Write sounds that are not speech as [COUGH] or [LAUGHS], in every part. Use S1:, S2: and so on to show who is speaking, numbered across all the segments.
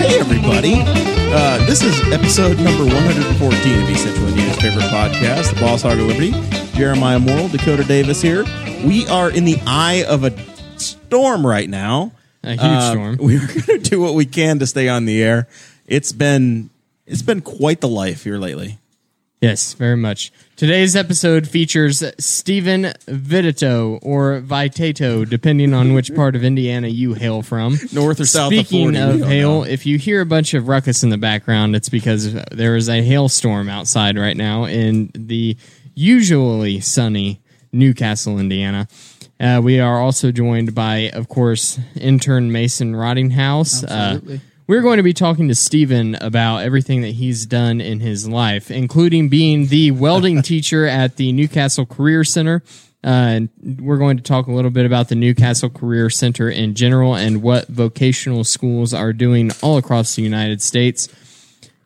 S1: Hey, everybody. Uh, this is episode number 114 of East Central Indiana's favorite podcast, The Boss Hog of Liberty. Jeremiah Morrill, Dakota Davis here. We are in the eye of a storm right now.
S2: A huge
S1: Uh,
S2: storm.
S1: [LAUGHS] We are going to do what we can to stay on the air. It's been it's been quite the life here lately.
S2: Yes, very much. Today's episode features Stephen Vitito or Vitato, depending on which part of Indiana you hail from.
S1: North or south of
S2: Speaking
S1: 40, we
S2: of
S1: don't
S2: hail,
S1: know.
S2: if you hear a bunch of ruckus in the background, it's because there is a hailstorm outside right now in the usually sunny Newcastle, Indiana. Uh, we are also joined by, of course, intern Mason Rottinghouse. Uh, we're going to be talking to Steven about everything that he's done in his life, including being the welding teacher at the Newcastle Career Center. Uh, and we're going to talk a little bit about the Newcastle Career Center in general and what vocational schools are doing all across the United States.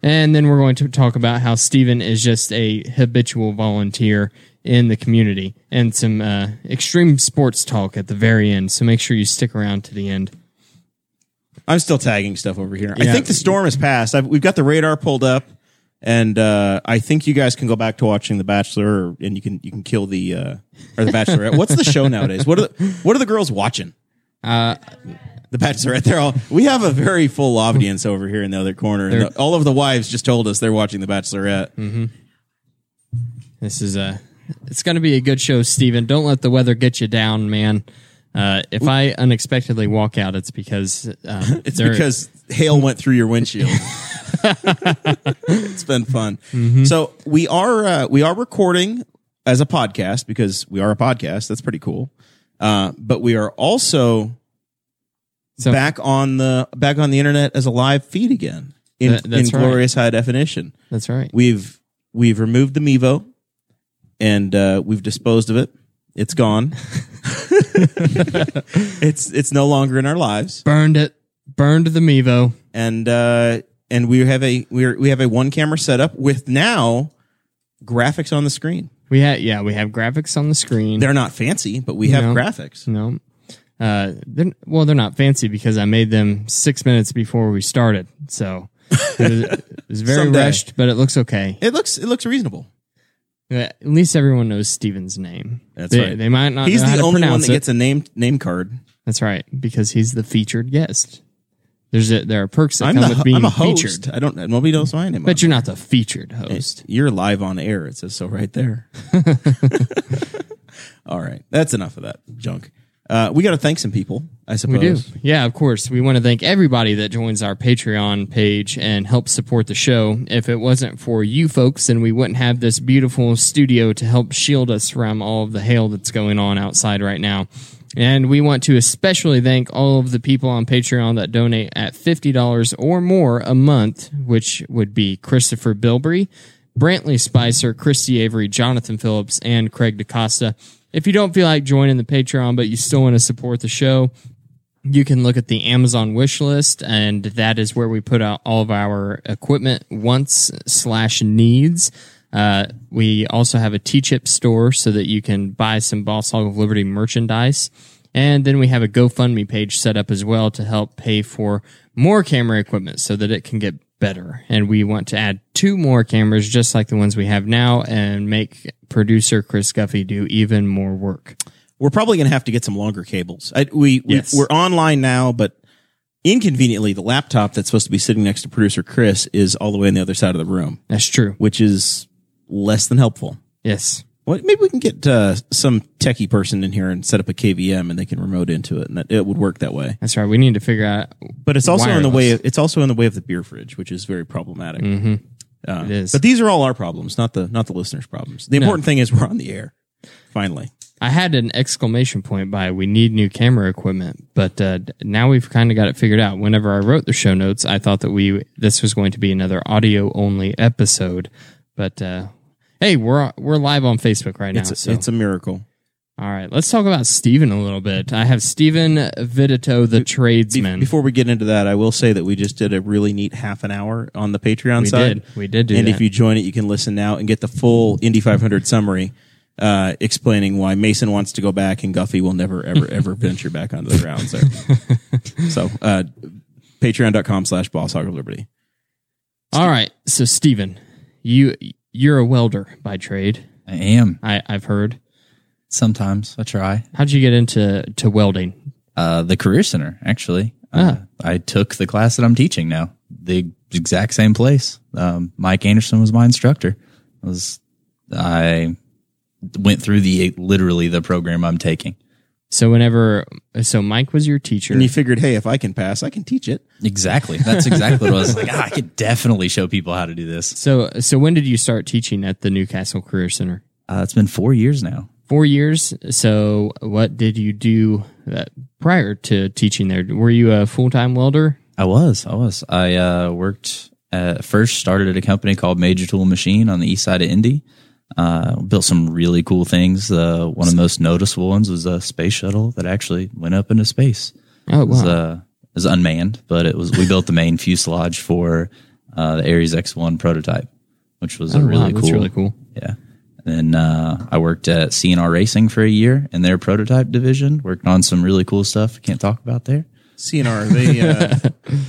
S2: And then we're going to talk about how Steven is just a habitual volunteer in the community and some uh, extreme sports talk at the very end. So make sure you stick around to the end.
S1: I'm still tagging stuff over here. I
S2: Yeah.
S1: think the storm has passed. I've, we've got the radar pulled up, and uh, I think you guys can go back to watching The Bachelor, or, and you can you can kill the uh, or The Bachelorette. What's the show nowadays? What are the, what are the girls watching? Uh, the Bachelorette. They're all. We have a very full audience over here in the other corner. And the- all of the wives just told us they're watching The Bachelorette.
S2: This is a. It's going to be a good show, Steven. Don't let the weather get you down, man. Uh, if I unexpectedly walk out, it's because uh,
S1: [LAUGHS] It's because hail went through your
S2: [LAUGHS]
S1: windshield. it's been fun. So we are uh, we are recording as a podcast because we are a podcast. That's pretty cool. Uh, but we are also
S2: So-
S1: back on the back on the internet as a live feed again in,
S2: That-
S1: in
S2: that's right.
S1: glorious high definition.
S2: that's right.
S1: We've we've removed the Mevo and uh, we've disposed of it. It's
S2: [LAUGHS]
S1: gone. [LAUGHS] it's it's no longer in our lives
S2: Burned it. Burned the Mevo.
S1: and uh, and we have a we are, we have a one camera setup with now graphics on the screen.
S2: We had yeah. We have graphics on the screen.
S1: They're not fancy, but we have
S2: No.
S1: graphics.
S2: No. Uh, they're, well, they're not fancy because I made them six minutes before we started. So it was, it was very
S1: Someday.
S2: rushed, but it looks okay.
S1: It looks it looks reasonable.
S2: At least everyone knows Steven's name.
S1: That's
S2: they,
S1: right.
S2: They might not
S1: He's
S2: know how
S1: the
S2: to
S1: only one
S2: pronounce
S1: that
S2: it.
S1: gets a name name card.
S2: That's right, because he's the featured guest. There's a, there are perks that
S1: I'm the,
S2: come with being
S1: I'm a host. Eh,
S2: featured,
S1: I don't nobody knows my name.
S2: but you're not the featured host.
S1: you're live on air. It says so right
S2: [LAUGHS]
S1: there. All right, that's enough of that junk. Uh, we got to thank some people, I suppose.
S2: We do, yeah, of course. We want to thank everybody that joins our Patreon page and helps support the show. If it wasn't for you folks, then we wouldn't have this beautiful studio to help shield us from all of the hail that's going on outside right now. And we want to especially thank all of the people on Patreon that donate at $50 or more a month, which would be Christopher Bilbrey, Brantley Spicer, Christy Avery, Jonathan Phillips, and Craig DaCosta. If you don't feel like joining the Patreon, but you still want to support the show, you can look at the Amazon wish list, and that is where we put out all of our equipment wants slash needs. Uh, we also have a T-Chip store so that you can buy some Boss Hog of Liberty merchandise. And then we have a GoFundMe page set up as well to help pay for more camera equipment so that it can get better. And we want to add two more cameras just like the ones we have now and make producer Chris Guffey do even more work.
S1: we're probably going to have to get some longer cables. I, we, we
S2: Yes.
S1: we're online now, but inconveniently, the laptop that's supposed to be sitting next to producer Chris is all the way on the other side of the room,
S2: That's true.
S1: which is less than helpful.
S2: Yes.
S1: Well, maybe we can get uh, some techie person in here and set up a KVM, and they can remote into it, and that, it would work that way.
S2: That's right. We need to figure out
S1: But it's also in the way
S2: Wireless. Mm-hmm.
S1: of, it's also in the way of the beer fridge, which is very problematic. Uh,
S2: It is.
S1: But these are all our problems, not the not the listeners' problems. The important thing is we're on the air. Finally,
S2: I had an exclamation point by we need new camera equipment, but uh, d- now we've kind of got it figured out. Whenever I wrote the show notes, I thought that we this was going to be another audio only episode, but uh, hey, we're we're live on Facebook right now.
S1: It's,
S2: so.
S1: it's a miracle.
S2: All right, let's talk about Steven a little bit. I have Steven Vidito, the
S1: Be-
S2: tradesman.
S1: Before we get into that, I will say that we just did a really neat half an hour on the Patreon
S2: we
S1: side.
S2: did. We did do
S1: and
S2: that.
S1: if you join it, you can listen now and get the full Indy 500 summary uh, explaining why Mason wants to go back and Guffey will never, ever,
S2: [LAUGHS]
S1: ever venture back onto the ground. So, so uh, patreon.com slash boss hog of liberty.
S2: All right, so Steven, you you're a welder by trade.
S3: I am
S2: I, I've heard.
S3: sometimes. I try.
S2: How'd you get into to welding?
S3: Uh, the Career Center, actually. Uh, I took the class that I'm teaching now, the exact same place. Um, Mike Anderson was my instructor. I was I went through the literally the program I'm taking.
S2: So whenever, so Mike was your teacher.
S1: And he figured, hey, if I can pass, I can teach it.
S3: Exactly. That's exactly what I was [LAUGHS] like. "Ah, I could definitely show people how to do this.
S2: so so when did you start teaching at the Newcastle Career Center?
S3: Uh, it's been four years now.
S2: Four years. So what did you do uh, prior to teaching there? Were you a full time welder?
S3: I was. I was. I uh, worked at, first started at a company called Major Tool Machine on the east side of Indy. Uh, built some really cool things. Uh, one of the most noticeable ones was a space shuttle that actually went up into space.
S2: Oh
S3: It was,
S2: wow!
S3: uh, it was unmanned, but it was. We built the main fuselage for uh, the Ares X1 prototype, which was
S2: Oh,
S3: a
S2: wow,
S3: really
S2: that's
S3: cool.
S2: really cool.
S3: Yeah. And then uh, I worked at CNR Racing for a year in their prototype division. Worked on some really cool stuff. I Can't talk about there.
S1: CNR, they,
S2: [LAUGHS]
S1: uh,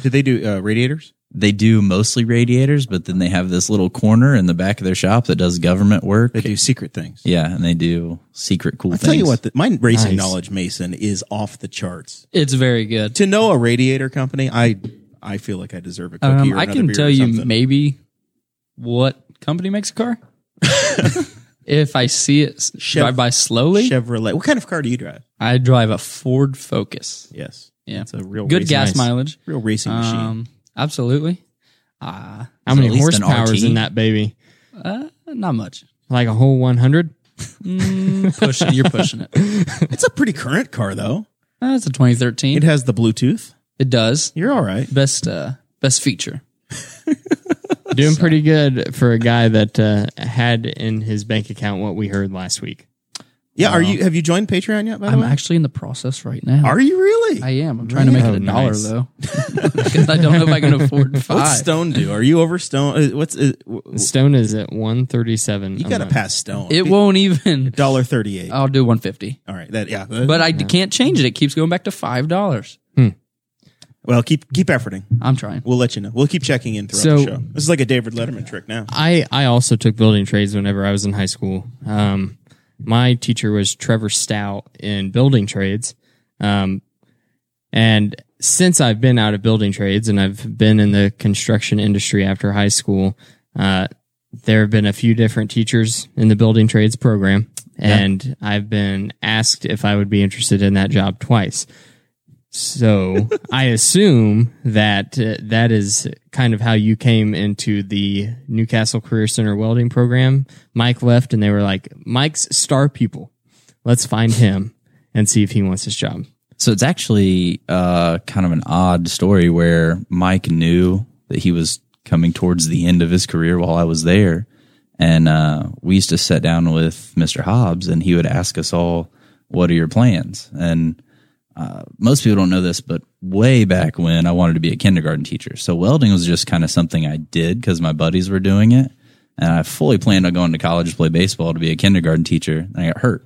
S1: did they do uh, radiators?
S3: they do mostly radiators, but then they have this little corner in the back of their shop that does government work.
S1: They do secret things.
S3: Yeah, and they do secret cool
S1: I'll
S3: things.
S1: tell you what, the, my racing
S2: Nice.
S1: knowledge, Mason, is off the charts.
S4: It's very good.
S1: To know a radiator company, I I feel like I deserve a cookie
S4: Um,
S1: or
S4: I
S1: another
S4: can
S1: beer or
S4: tell you
S1: something.
S4: maybe what company makes
S1: [LAUGHS]
S4: a car. if I see it s-
S1: Chev-
S4: drive by slowly,
S1: Chevrolet. What kind of car do you drive?
S4: I drive a Ford Focus.
S1: Yes.
S4: Yeah,
S1: It's a real
S4: good
S1: racing-
S4: gas
S1: nice.
S4: mileage.
S1: Real racing machine.
S4: Um, absolutely. Uh,
S2: How
S3: Is it
S2: many
S3: at least an
S2: horsepower is
S3: RT?
S2: in that baby?
S4: uh, not much.
S2: Like a whole one hundred.
S4: Mm, push it. [LAUGHS] You're pushing it. Uh,
S1: It's a pretty current car, though.
S4: it's a 2013.
S1: It
S4: It,
S1: has the Bluetooth.
S4: does
S1: You're all right.
S4: best uh, best feature.
S2: Doing pretty good for a guy that uh, had in his bank account what we heard last week.
S1: Yeah. Are you? Have you joined Patreon yet? By the
S4: uh, I'm
S1: way,
S4: actually in the process right now.
S1: are you really?
S4: I am. I'm trying to make
S2: Really?
S4: it a
S2: Oh,
S4: dollar
S2: nice.
S1: [LAUGHS]
S4: though, because I don't know if I can afford
S1: What's
S4: five.
S1: Stone do? Are you over Stone? uh, What's uh, w- w-
S2: Stone is at one thirty seven.
S1: you got to pass Stone? [LAUGHS]
S4: It won't even.
S1: Dollar thirty-eight.
S4: I'll do 150.
S1: all right. That yeah.
S4: But uh, I can't change it. It keeps going back to five dollars.
S1: well, keep keep efforting.
S4: I'm trying.
S1: We'll let you know. We'll keep checking in throughout
S2: So-
S1: the show. This is like a David Letterman trick now.
S2: I I also took building trades whenever I was in high school. Um, my teacher was Trevor Stout in building trades, um, and since I've been out of building trades and I've been in the construction industry after high school, uh, there have been a few different teachers in the building trades program, and I've been asked if I would be interested in that job twice. So I assume that uh, that is kind of how you came into the Newcastle Career Center welding program. Mike left, and they were like, "Mike's star pupil. Let's find him and see if he wants his job."
S3: So it's actually uh, kind of an odd story where Mike knew that he was coming towards the end of his career while I was there, and uh, we used to sit down with Mr. Hobbs, and he would ask us all, "What are your plans?" and uh, most people don't know this, but way back when I wanted to be a kindergarten teacher. So welding was just kind of something I did because my buddies were doing it. And I fully planned on going to college to play baseball to be a kindergarten teacher. And I got hurt.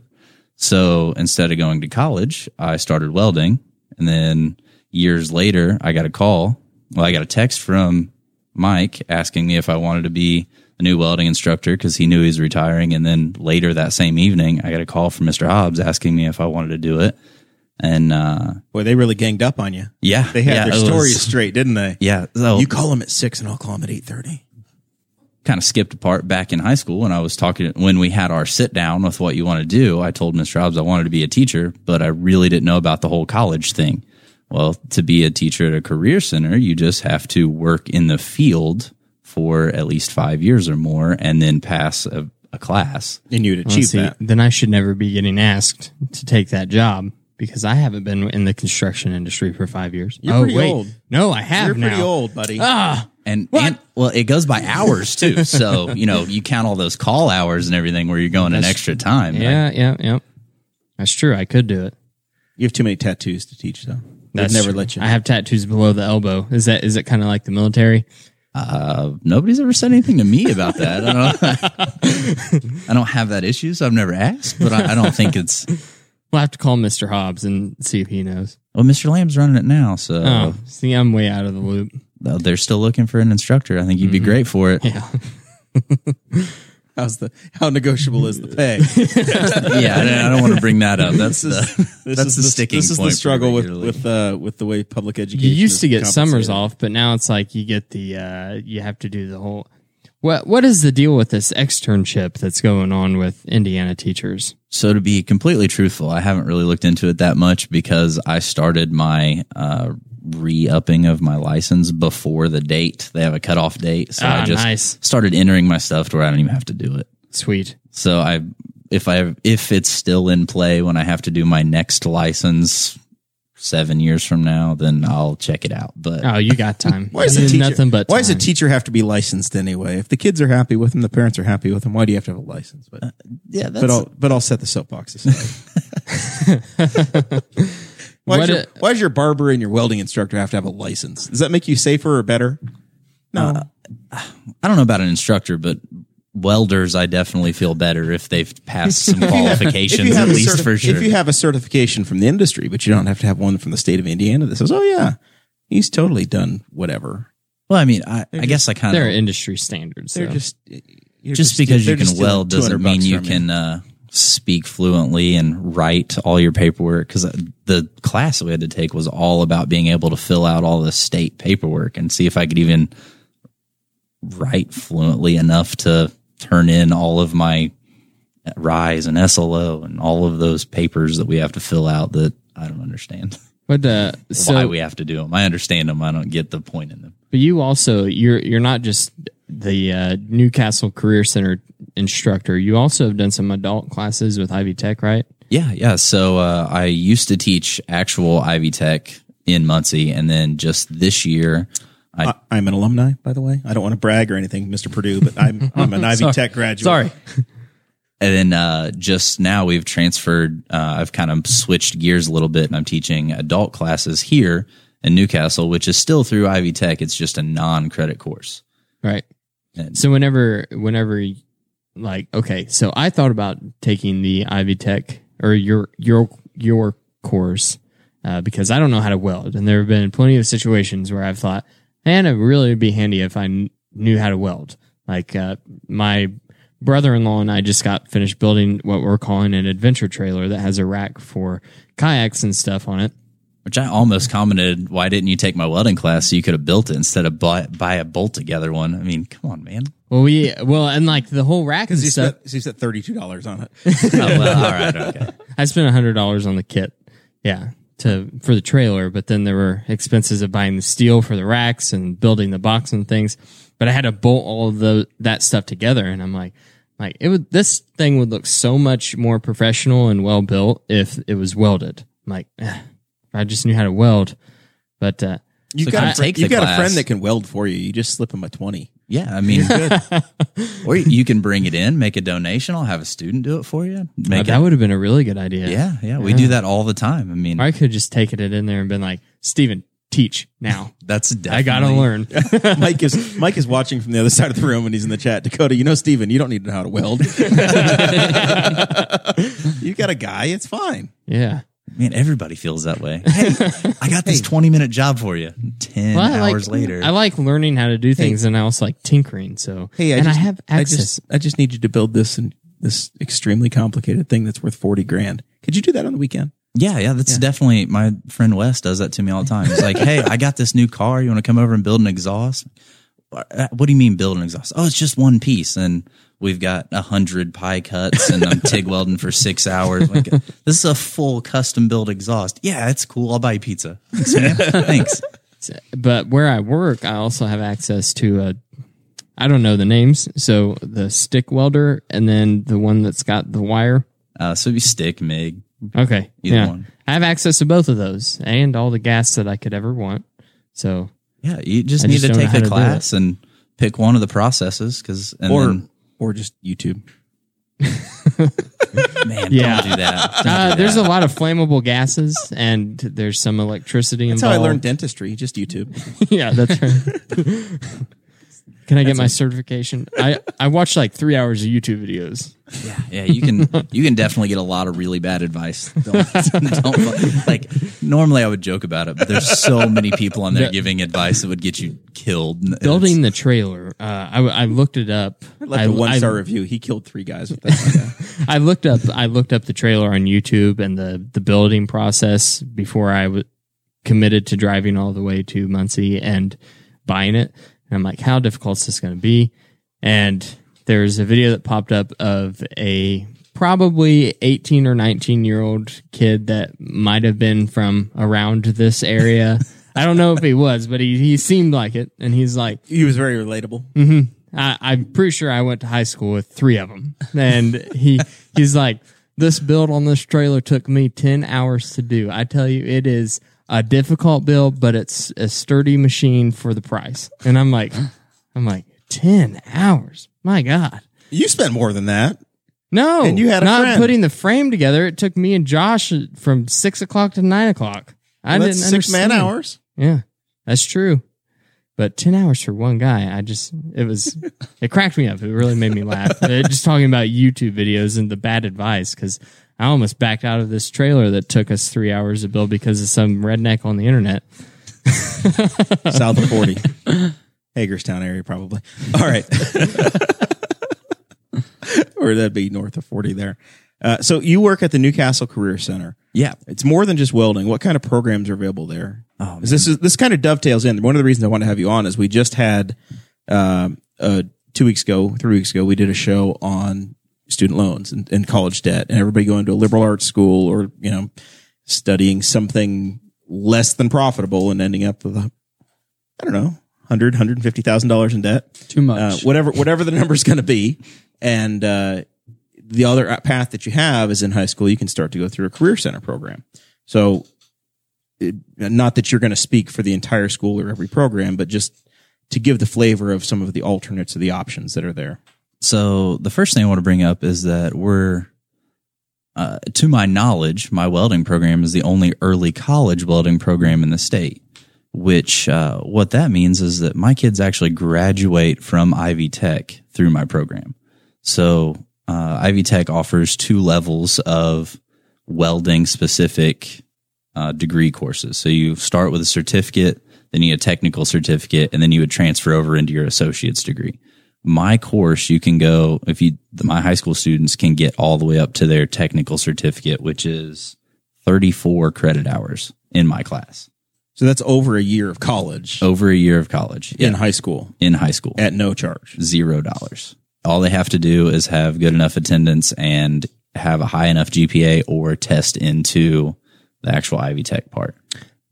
S3: So instead of going to college, I started welding. And then years later, I got a call. Well, I got a text from Mike asking me if I wanted to be a new welding instructor because he knew he was retiring. And then later that same evening, I got a call from Mr. Hobbs asking me if I wanted to do it. And, uh,
S1: Boy, they really ganged up on you.
S3: yeah,
S1: They had
S3: yeah,
S1: their
S3: it was-
S1: stories straight, didn't they?
S3: yeah, so
S1: You call them at six, and I'll call them at eight thirty.
S3: kind of skipped a part back in high school when I was talking when we had our sit down with what you want to do. I told Miss Robbs I wanted to be a teacher, but I really didn't know about the whole college thing. Well, to be a teacher at a career center, you just have to work in the field for at least five years or more, and then pass a, a class.
S1: and you'd
S2: Well,
S1: achieve
S2: see,
S1: that.
S2: Then I should never be getting asked to take that job because I haven't been in the construction industry for five years.
S1: You're
S2: oh
S1: pretty
S2: wait,
S1: old.
S2: no, I have
S1: You're
S2: now. Ah.
S1: pretty old, buddy.
S3: And, and well, it goes by hours too. so you know you count all those call hours and everything where you're going an extra time.
S2: Yeah, yeah, yeah. That's true. I could do it.
S1: you have too many tattoos to teach, though. They'd
S2: That's
S1: never
S2: true.
S1: let you.
S2: I have tattoos below the elbow. Is that is it kind of like the military?
S3: nobody's ever said anything to me about that. I don't, [LAUGHS] I don't have that issue, so I've never asked. But I, I don't think it's
S2: We'll have to call Mister Hobbs and see if he knows.
S3: well. Mr. Lamb's running it now, so
S2: Oh, see, I'm way out of the loop.
S3: though they're still looking for an instructor. I think you'd
S2: Mm-hmm.
S3: be great for it. [LAUGHS] Yeah,
S1: How's the how negotiable
S2: [LAUGHS]
S1: is the pay?
S3: I, don't, I don't want to bring that up. That's the
S1: This
S3: that's
S1: is
S3: the sticking.
S1: This is
S3: point
S1: the
S3: for
S1: struggle with
S3: regularly.
S1: with uh, with the way public education.
S2: You used
S1: is
S2: to get summers
S1: compensated.
S2: off, but now it's like you get the uh, you have to do the whole. What what is the deal with this externship that's going on with Indiana teachers?
S3: So to be completely truthful, I haven't really looked into it that much because I started my uh, re-upping of my license before the date. They have a cutoff date, so
S2: Ah,
S3: I just
S2: nice.
S3: started entering my stuff to where I don't even have to do it.
S2: Sweet.
S3: So I, if I, if it's still in play when I have to do my next license seven years from now, then I'll check it out. But
S2: Oh, you got [LAUGHS] time.
S1: Why is
S2: You
S1: the
S2: did
S1: teacher,
S2: nothing but
S1: why does a
S2: time.
S1: teacher have to be licensed anyway? If the kids are happy with them, the parents are happy with them. Why do you have to have a license? But
S2: Uh,
S3: yeah, that's
S1: but I'll but I'll set the soapbox aside. [LAUGHS] why,
S2: What
S1: does your,
S2: a-
S1: why does your barber and your welding instructor have to have a license? Does that make you safer or better? No,
S3: I don't know about an instructor, but welders, I definitely feel better if they've passed some
S1: [LAUGHS] If
S3: qualifications at
S1: a
S3: least
S1: certi-
S3: for sure.
S1: If you have a certification from the industry, but you don't have to have one from the state of Indiana that says, "Oh yeah, he's totally done whatever."
S3: well, I mean, I, I guess I kind
S2: There are
S3: of
S2: industry standards.
S1: They're
S2: though.
S1: just you're
S3: just because
S1: they're
S3: you can
S1: just stealing
S3: weld doesn't
S1: 200
S3: mean
S1: bucks
S3: you
S1: from
S3: can uh, speak fluently and write all your paperwork because the class that we had to take was all about being able to fill out all the state paperwork and see if I could even write fluently enough to turn in all of my rise and SLO and all of those papers that we have to fill out that I don't understand [LAUGHS]
S2: but uh, so
S3: why we have to do them. I understand them. I don't get the point in them.
S2: But you also you're you're not just the uh, Newcastle Career Center instructor. You also have done some adult classes with Ivy Tech, right?
S3: Yeah, yeah. So uh, I used to teach actual Ivy Tech in Muncie, and then just this year, I
S1: I, I'm an alumni, by the way. I don't want to brag or anything, Mr. Purdue, but I'm I'm an Ivy Tech graduate.
S4: Sorry.
S3: and then uh, just now we've transferred. Uh, I've kind of switched gears a little bit, and I'm teaching adult classes here in Newcastle, which is still through Ivy Tech. It's just a non-credit course.
S2: Right.
S3: And-
S2: So whenever whenever y- like okay, so I thought about taking the Ivy Tech or your your your course uh, because I don't know how to weld, and there have been plenty of situations where I've thought, man, it would really be handy if I kn- knew how to weld. Like uh, my brother-in-law and I just got finished building what we're calling an adventure trailer that has a rack for kayaks and stuff on it.
S3: Which I almost commented, why didn't you take my welding class so you could have built it instead of buy, buy a bolt together one? I mean, come on, man.
S2: Well, we well, and like the whole rack and
S1: He
S2: stuff.
S1: spent, he spent $32 on it.
S3: oh, well, all right, okay.
S2: I spent a hundred dollars on the kit. Yeah. To for the trailer, but then there were expenses of buying the steel for the racks and building the box and things. But I had to bolt all of the that stuff together and I'm like like it would this thing would look so much more professional and well built if it was welded. I'm like, "Eh, if I just knew how to weld. But uh
S1: You've
S3: So
S1: got,
S3: can I
S1: a, friend,
S3: take the
S1: you've got a
S3: class?
S1: friend that can weld for you. You just slip him a 20.
S3: Yeah, I mean, [LAUGHS] or you can bring it in, make a donation. I'll have a student do it for you. Make
S2: that
S3: it.
S2: would have been a really good idea.
S3: Yeah, yeah, we do that all the time. I mean,
S2: Or I could have just taken it in there and been like, Steven, teach now.
S3: that's definitely.
S2: I gotta
S3: [LAUGHS]
S1: [LAUGHS]
S2: learn.
S1: Mike is Mike is watching from the other side of the room and he's in the chat. Dakota, you know Steven, you don't need to know how to weld. [LAUGHS] you got a guy, it's fine.
S2: yeah.
S3: Man, everybody feels that way. Hey, [LAUGHS] I got this twenty-minute job for you. Ten
S2: Well, I
S3: hours
S2: like,
S3: later,
S2: I like learning how to do things, and I also like tinkering. So
S1: Hey, I
S2: and
S1: just,
S2: I have
S1: I
S2: access.
S1: just I just need you to build this and this extremely complicated thing that's worth 40 grand. Could you do that on the weekend?
S3: yeah, yeah. That's definitely my friend Wes does that to me all the time. He's like, "Hey, I got this new car. You want to come over and build an exhaust?" Uh, What do you mean build an exhaust? Oh, it's just one piece, and we've got a hundred pie cuts, and I'm TIG welding for six hours. Like, [LAUGHS] this is a full custom built exhaust. Yeah, it's cool. I'll buy you pizza.
S2: [LAUGHS]
S3: Thanks, man. Thanks.
S2: but where I work, I also have access to a. I don't know the names. So the stick welder and then the one that's got the wire.
S3: Uh, so it'd be stick MIG.
S2: Okay.
S3: Either
S2: yeah.
S3: one.
S2: I have access to both of those and all the gas that I could ever want. So
S3: Yeah, you just
S2: I
S3: need
S2: just
S3: to
S2: don't know
S3: take
S2: how
S3: the
S2: to do
S3: class and pick one of the processes because
S1: or or just YouTube.
S3: man,
S2: Yeah.
S3: don't do
S2: [LAUGHS]
S3: that. Don't
S2: uh,
S3: do
S2: there's a
S3: that.
S2: lot of flammable gases and there's some electricity
S1: That's how I
S2: involved.
S1: learned dentistry. Just YouTube.
S2: yeah, that's
S1: [LAUGHS]
S2: right. Can I get my certification? I, I watched like three hours of YouTube videos.
S3: yeah. You can you can definitely get a lot of really bad advice. [LAUGHS] Don't, don't like. Normally, I would joke about it, but there's so many people on there
S2: Yeah.
S3: giving advice that would get you killed. And it's-
S2: Building the trailer, uh, I, I looked it up. I
S1: Left a one star review. He killed three guys with that. [LAUGHS]
S2: I looked up I looked up the trailer on YouTube and the the building process before I w- committed to driving all the way to Muncie and buying it. And I'm like, how difficult is this going to be? And there's a video that popped up of a probably 18 or 19 year old kid that might have been from around this
S1: [LAUGHS]
S2: area. I don't know if he was, but he, he seemed like it. And he's like,
S1: he was very relatable.
S2: I, I'm pretty sure I went to high school with three of them, and he [LAUGHS] he's like, "This build on this trailer took me ten hours to do. I tell you, it is a difficult build, but it's a sturdy machine for the price." And I'm like, I'm like, ten hours, my god.
S1: You spent more than that.
S2: No,
S1: And you had a
S2: not
S1: friend.
S2: putting the frame together. It took me and Josh from six o'clock to nine o'clock. I
S1: Well,
S2: didn't
S1: that's six man
S2: understand.
S1: hours.
S2: Yeah, that's true. But ten hours for one guy, I just it
S3: [LAUGHS]
S2: was it cracked me up. It really made me laugh. Uh, just talking about YouTube videos and the bad advice because I almost backed out of this trailer that took us three hours to build because of some redneck on the internet.
S1: south of 40 hagerstown area probably all right [LAUGHS] or that'd be north of 40 there uh, so you work at the newcastle career center
S3: yeah.
S1: it's more than just welding what kind of programs are available there
S3: Oh, man.
S1: this is this kind of dovetails in one of the reasons i want to have you on is we just had um, uh, two weeks ago three weeks ago we did a show on student loans and, and college debt and everybody going to a liberal arts school or you know studying something less than profitable and ending up with a I don't know, hundred, hundred and fifty thousand dollars in debt.
S4: Too much.
S1: Uh, whatever, whatever the number's going to be, and uh, the other path that you have is in high school. You can start to go through a career center program. So, it, not that you're going to speak for the entire school or every program, but just to give the flavor of some of the alternates or the options that are there.
S3: So the first thing I want to bring up is that we're, uh, to my knowledge, my welding program is the only early college welding program in the state. Which uh, what that means is that my kids actually graduate from Ivy Tech through my program. So uh, Ivy Tech offers two levels of welding specific uh, degree courses. So you start with a certificate, then you get a technical certificate, and then you would transfer over into your associate's degree. My course, you can go if you my high school students can get all the way up to their technical certificate, which is thirty four credit hours in my class
S1: So that's over a year of college
S3: over a year of college
S1: in high school
S3: in high school
S1: at no charge.
S3: zero dollars. All they have to do is have good enough attendance and have a high enough GPA or test into the actual Ivy Tech part.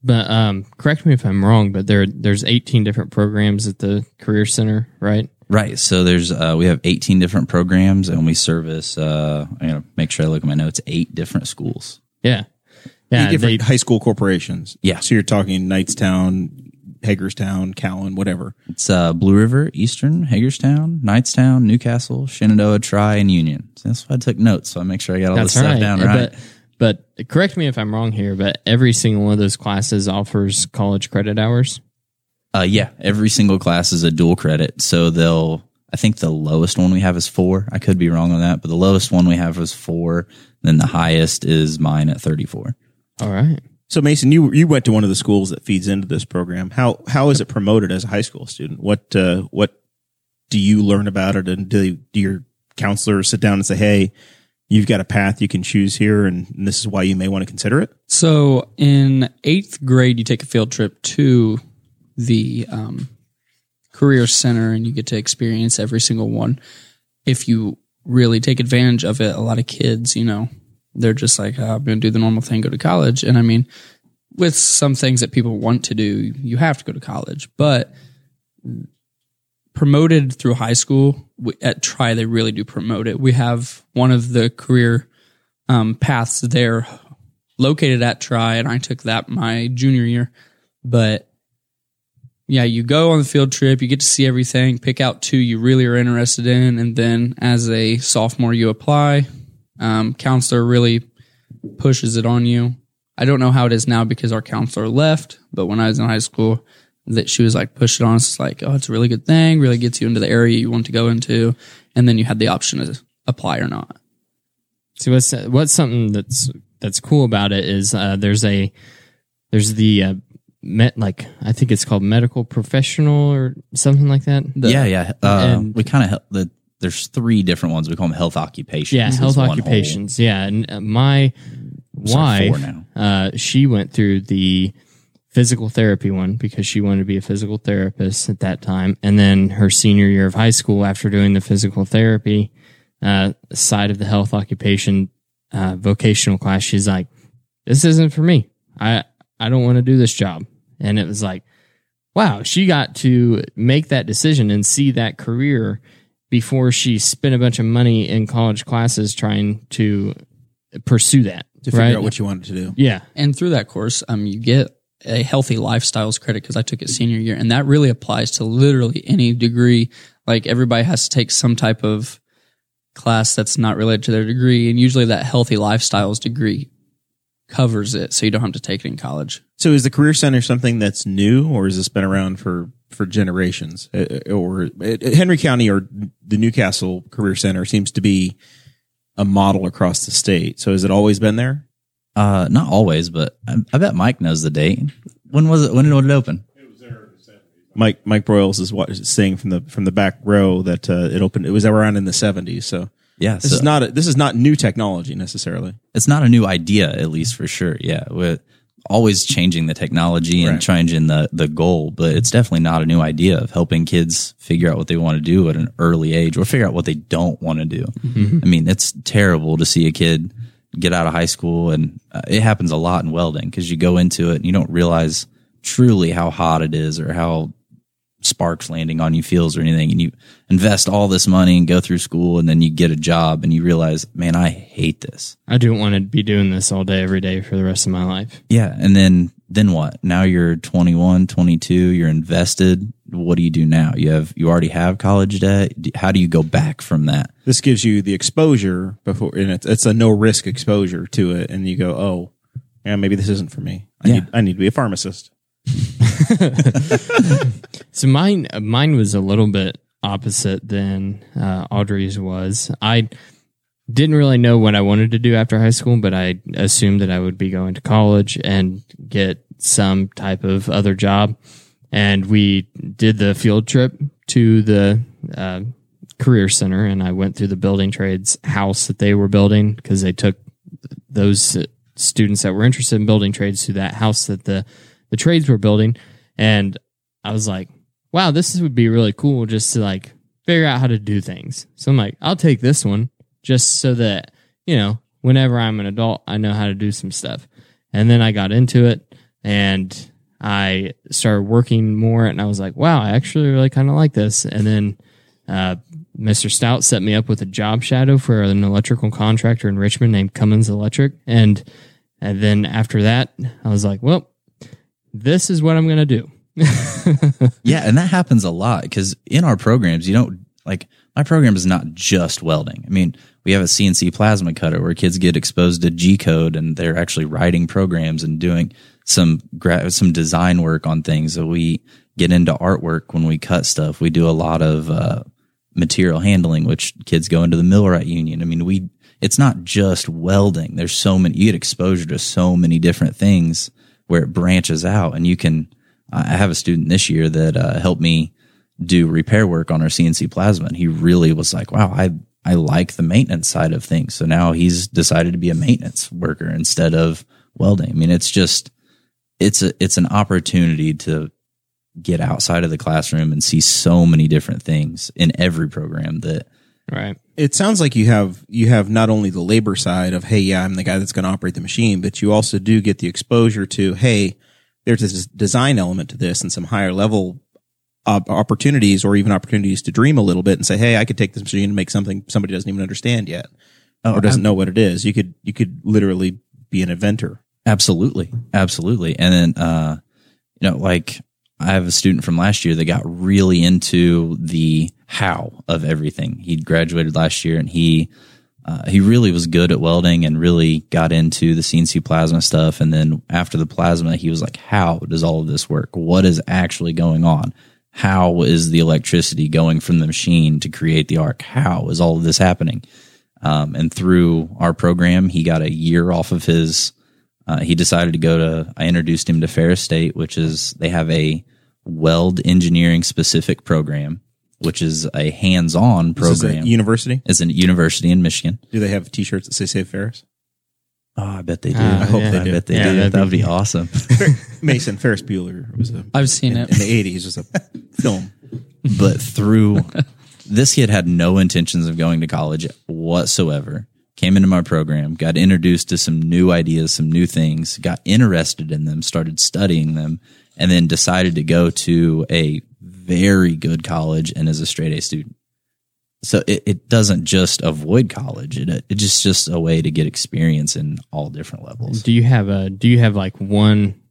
S2: But um, correct me if I'm wrong, but there there's 18 different programs at the career center, right?
S3: Right. So there's uh, we have 18 different programs and we service. Uh, I'm gonna make sure I look at my notes. Eight different schools.
S2: Yeah,
S1: Three
S2: yeah. They,
S1: different high school corporations.
S3: Yeah.
S1: So you're talking Knightstown, Hagerstown, Cowan, whatever.
S3: It's uh, Blue River, Eastern, Hagerstown, Knightstown, Newcastle, Shenandoah, Tri, and Union. So that's why I took notes. So I make sure I got all
S2: that's
S3: this stuff
S2: right.
S3: down right.
S2: But but correct me if I'm wrong here, but every single one of those classes offers college credit hours.
S3: Uh, yeah, every single class is a dual credit. So they'll, I think the lowest one we have is four. I could be wrong on that, but the lowest one we have is four. Then the highest is mine at 34.
S2: All right.
S1: So Mason, you you went to one of the schools that feeds into this program. How how is it promoted as a high school student? What uh, what do you learn about it, and do, do your counselors sit down and say, "Hey, you've got a path you can choose here, and this is why you may want to consider it"?
S4: So in eighth grade, you take a field trip to the um, career center and you get to experience every single one. If you really take advantage of it, a lot of kids, you know, they're just like, "Ah, I'm going to do the normal thing, go to college. And I mean, with some things that people want to do, you have to go to college. But promoted through high school. We, at Try, they really do promote it. We have one of the career um, paths there located at Try, and I took that my junior year. But yeah, you go on the field trip, you get to see everything, pick out two you really are interested in, and then as a sophomore, you apply. Um, counselor really pushes it on you. I don't know how it is now because our counselor left, but when I was in high school, that she was like push it on us. It's like, oh, it's a really good thing, really gets you into the area you want to go into, and then you had the option to apply or not.
S2: See what's what's something that's that's cool about it is uh, there's a there's the uh, met like I think it's called medical professional or something like that.
S4: The-
S3: yeah, yeah. Uh,
S2: and-
S3: we kind of the there's three different ones. We call them health occupations.
S2: Yeah,
S3: is
S2: health
S3: one
S2: occupations. Yeah, and uh, my
S3: Sorry, four
S2: wife,
S3: now.
S2: uh, she went through the physical therapy one because she wanted to be a physical therapist at that time, and then her senior year of high school, after doing the physical therapy uh, side of the health occupation uh, vocational class, she's like, "This isn't for me. I I don't want to do this job." And it was like, wow, she got to make that decision and see that career before she spent a bunch of money in college classes trying to pursue that.
S1: to figure
S2: right?
S1: out what you wanted to do.
S2: yeah.
S4: And through that course, um, you get a healthy lifestyles credit because I took it senior year, and that really applies to literally any degree. Like everybody has to take some type of class that's not related to their degree, and usually that healthy lifestyles degree covers it, so you don't have to take it in college.
S1: So is the career center something that's new, or has this been around for for generations? Uh, uh, Or uh, Henry County or the Newcastle Career Center seems to be a model across the state. So has it always been there?
S3: Uh, not always, but I, I bet Mike knows the date. When was it? When did it open?
S1: Mike Mike Broyles is what is saying from the from the back row that uh, it opened. It was around in the seventies. So
S3: Yeah,
S1: this
S3: so-
S1: is not a, this is not new technology necessarily.
S3: it's not a new idea, at least for sure. Yeah. We're always changing the technology and
S1: Right.
S3: changing the, the goal, but it's definitely not a new idea of helping kids figure out what they want to do at an early age or figure out what they don't want to do. I mean, it's terrible to see a kid get out of high school and uh, it happens a lot in welding because you go into it and you don't realize truly how hot it is or how sparks landing on you feels or anything and you invest all this money and go through school and then you get a job and you realize man i hate this
S2: I do not want to be doing this all day, every day for the rest of my life.
S3: yeah. And then, then what? Now you're 21, 22, you're invested. What do you do now? You have, you already have college debt. D- How do you go back from that?
S1: This gives you the exposure before, and it's, it's a no risk exposure to it. And you go, oh, yeah, maybe this isn't for me. I
S3: Yeah.
S1: need I need to be a pharmacist.
S2: So mine, uh, mine was a little bit opposite than uh, Audrey's was. I didn't really know what I wanted to do after high school, but I assumed that I would be going to college and get some type of other job. And we did the field trip to the uh, career center, and I went through the building trades house that they were building because they took those uh, students that were interested in building trades to that house that the the trades were building and i was like wow this would be really cool just to like figure out how to do things so i'm like i'll take this one just so that you know whenever i'm an adult i know how to do some stuff and then i got into it and i started working more and i was like wow i actually really kind of like this and then uh, Mr. Stout set me up with a job shadow for an electrical contractor in Richmond named Cummins Electric, and and then after that, I was like, well, this is what I'm gonna do.
S3: Yeah. And that happens a lot because in our programs, you don't like my program is not just welding. I mean, we have a CNC plasma cutter where kids get exposed to G code and they're actually writing programs and doing some gra- some design work on things that we get into artwork when we cut stuff. We do a lot of, uh, material handling, which kids go into the millwright union. I mean, we, it's not just welding. There's so many, you get exposure to so many different things where it branches out and you can, I I have a student this year that uh, helped me do repair work on our CNC plasma. And he really was like, wow, I, I like the maintenance side of things. So now he's decided to be a maintenance worker instead of welding. I mean, it's just, it's a, it's an opportunity to get outside of the classroom and see so many different things in every program that
S2: Right.
S1: It sounds like you have you have not only the labor side of hey, yeah, I'm the guy that's going to operate the machine, but you also do get the exposure to hey, there's this design element to this and some higher level op- opportunities or even opportunities to dream a little bit and say, Hey, I could take this machine and make something somebody doesn't even understand yet or doesn't know what it is. You could, you could literally be an inventor.
S3: Absolutely. Absolutely. And then, uh, you know, like I have a student from last year that got really into the how of everything. He graduated last year and he, uh, he really was good at welding and really got into the CNC plasma stuff. And then after the plasma, he was like, how does all of this work? What is actually going on? How is the electricity going from the machine to create the arc? How is all of this happening? Um, and through our program, he got a year off of his. Uh, he decided to go to. I introduced him to Ferris State, which is they have a weld engineering specific program, which is a hands-on
S1: This is a
S3: program.
S1: university.
S3: It's a university in Michigan.
S1: Do they have t-shirts that say save Ferris?
S3: Oh, I bet they do.
S2: Ah,
S3: I hope
S2: yeah.
S3: they do. I bet they
S2: Yeah,
S3: do.
S2: that'd
S3: That'd,
S2: be
S3: be,
S2: [LAUGHS]
S3: awesome.
S1: [LAUGHS] Mason Ferris Bueller was a,
S4: I've seen
S1: in, in [LAUGHS]
S4: it.
S1: the eighties was a film.
S3: but through this kid had no intentions of going to college whatsoever. Came into my program, got introduced to some new ideas, some new things, got interested in them, started studying them, and then decided to go to a very good college and is a straight A student. So it, it doesn't just avoid college. It, it just just a way to get experience in all different levels.
S2: Do you have a do you have like one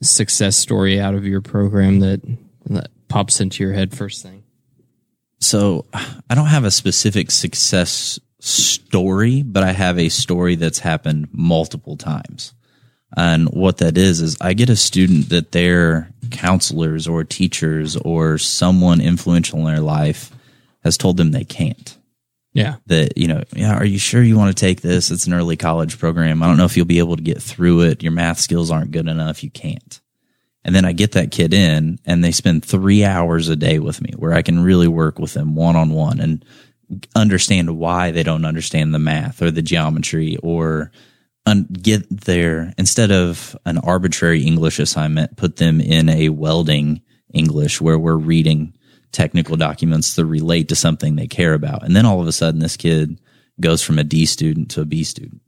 S2: success story out of your program that that pops into your head first thing?
S3: So I don't have a specific success story, but I have a story that's happened multiple times. And what that is, is I get a student that their counselors or teachers or someone influential in their life has told them they can't.
S2: Yeah.
S3: That, you know, yeah, are you sure you want to take this? It's an early college program. I don't know if you'll be able to get through it. Your math skills aren't good enough. You can't. And then I get that kid in and they spend three hours a day with me where I can really work with them one on one and understand why they don't understand the math or the geometry or un- get their, instead of an arbitrary English assignment, put them in a welding English where we're reading technical documents that relate to something they care about. And then all of a sudden this kid goes from a D student to a B student.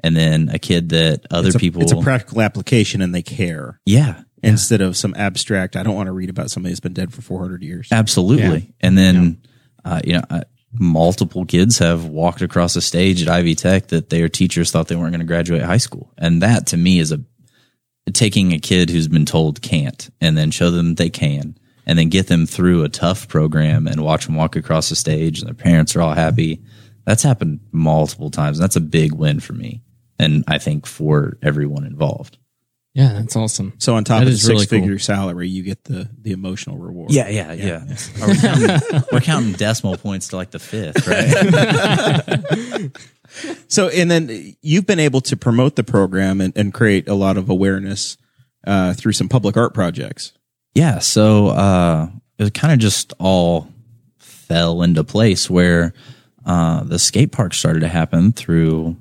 S3: And then a kid that other
S1: It's a,
S3: people,
S1: It's a practical application and they care.
S3: yeah,
S1: instead of some abstract. I don't want to read about somebody that's been dead for 400 years.
S3: Absolutely. And then, uh, you know, uh, multiple kids have walked across the stage at Ivy Tech that their teachers thought they weren't going to graduate high school. And that to me is a taking a kid who's been told can't and then show them they can and then get them through a tough program and watch them walk across the stage and their parents are all happy. That's happened multiple times. And that's a big win for me. And I think for everyone involved.
S2: Yeah, that's awesome.
S1: So on top
S2: That
S1: of the
S2: is really
S1: six figure salary, you get the the emotional reward.
S3: Yeah, yeah, yeah. Are we counting, we're counting decimal points to like the fifth, right?
S1: So and then you've been able to promote the program and, and create a lot of awareness uh, through some public art projects.
S3: yeah so uh it kind of just all fell into place where uh the skate park started to happen through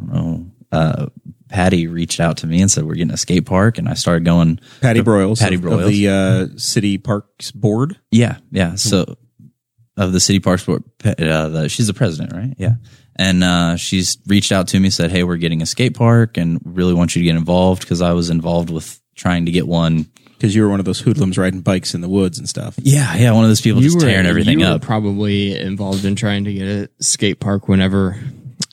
S3: i don't know uh patty reached out to me and said we're getting a skate park and i started going
S1: Patty Broyles,
S3: Patty
S1: of-
S3: Broyles.
S1: of the uh, city parks board.
S3: yeah
S2: Hmm.
S3: yeah so of the city parks board uh, the, she's the president right yeah and uh, she's reached out to me said hey we're getting a skate park and really want you to get involved because i was involved with trying to get one
S1: Because you were one of those hoodlums riding bikes in the woods and stuff.
S3: yeah yeah one of those people just tearing everything
S2: you
S3: up
S2: Were probably involved in trying to get a skate park whenever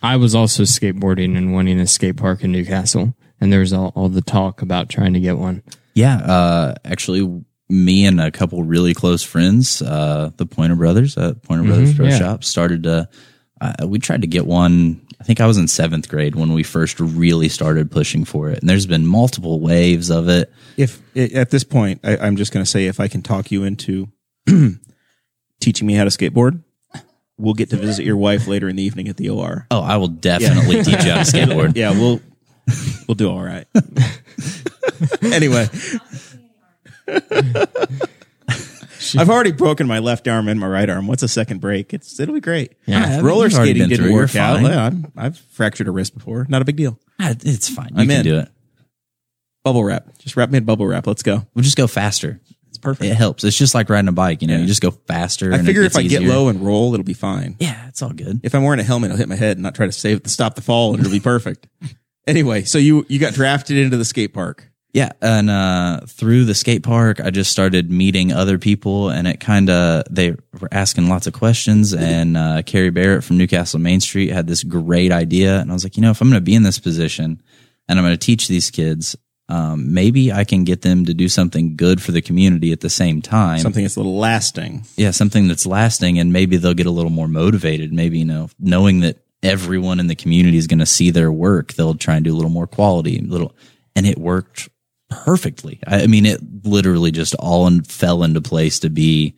S2: I was also skateboarding and wanting a skate park in Newcastle. And there was all, all the talk about trying to get one.
S3: Yeah, uh, actually, me and a couple really close friends, uh, the Pointer Brothers at Pointer
S1: Mm-hmm,
S3: Brothers Pro
S2: yeah.
S3: Shop, started to. Uh, we tried to get one. I think I was in seventh grade when we first really started pushing for it, and there's been multiple waves of it.
S1: If i- at this point, I, I'm just going to say, if I can talk you into [CLEARS THROAT] teaching me how to skateboard, we'll get to visit your wife later in the evening at the OR.
S3: Oh, I will definitely teach you how
S1: [LAUGHS]
S3: to skateboard.
S1: Yeah, we'll we'll do all
S3: [LAUGHS]
S1: right. anyway. I've already broken my left arm and my right arm. What's a second break? It's it'll be great.
S2: Yeah.
S1: Roller
S3: You've already
S1: skating
S3: been
S1: didn't
S3: through,
S1: work
S3: you're
S1: out.
S3: fine.
S1: Yeah, I'm, I've fractured a wrist before. Not a big deal.
S3: Ah, It's fine. You
S1: I'm
S3: can
S1: in.
S3: do it.
S1: Bubble wrap. Just wrap me in bubble wrap. Let's go.
S3: We'll just go faster.
S1: It's perfect.
S3: It helps. It's just like riding a bike. You know, you just go faster.
S1: I
S3: and it
S1: figure if
S3: gets
S1: I get
S3: easier.
S1: low and roll, it'll be fine.
S3: yeah, it's all good.
S1: If I'm wearing a helmet, I'll hit my head and not try to save stop the fall, and it'll be perfect. anyway, so you you got drafted into the skate park.
S3: Yeah, and uh, through the skate park, I just started meeting other people, and it kind of they were asking lots of questions. And uh, Carrie Barrett from Newcastle Main Street had this great idea, and I was like, you know, if I'm going to be in this position and I'm going to teach these kids, um, maybe I can get them to do something good for the community at the same time.
S1: Something that's a little lasting.
S3: yeah, something that's lasting, and maybe they'll get a little more motivated. Maybe you know, knowing that everyone in the community is going to see their work, they'll try and do a little more quality, a little, and it worked perfectly. I, I mean, it literally just all in, fell into place to be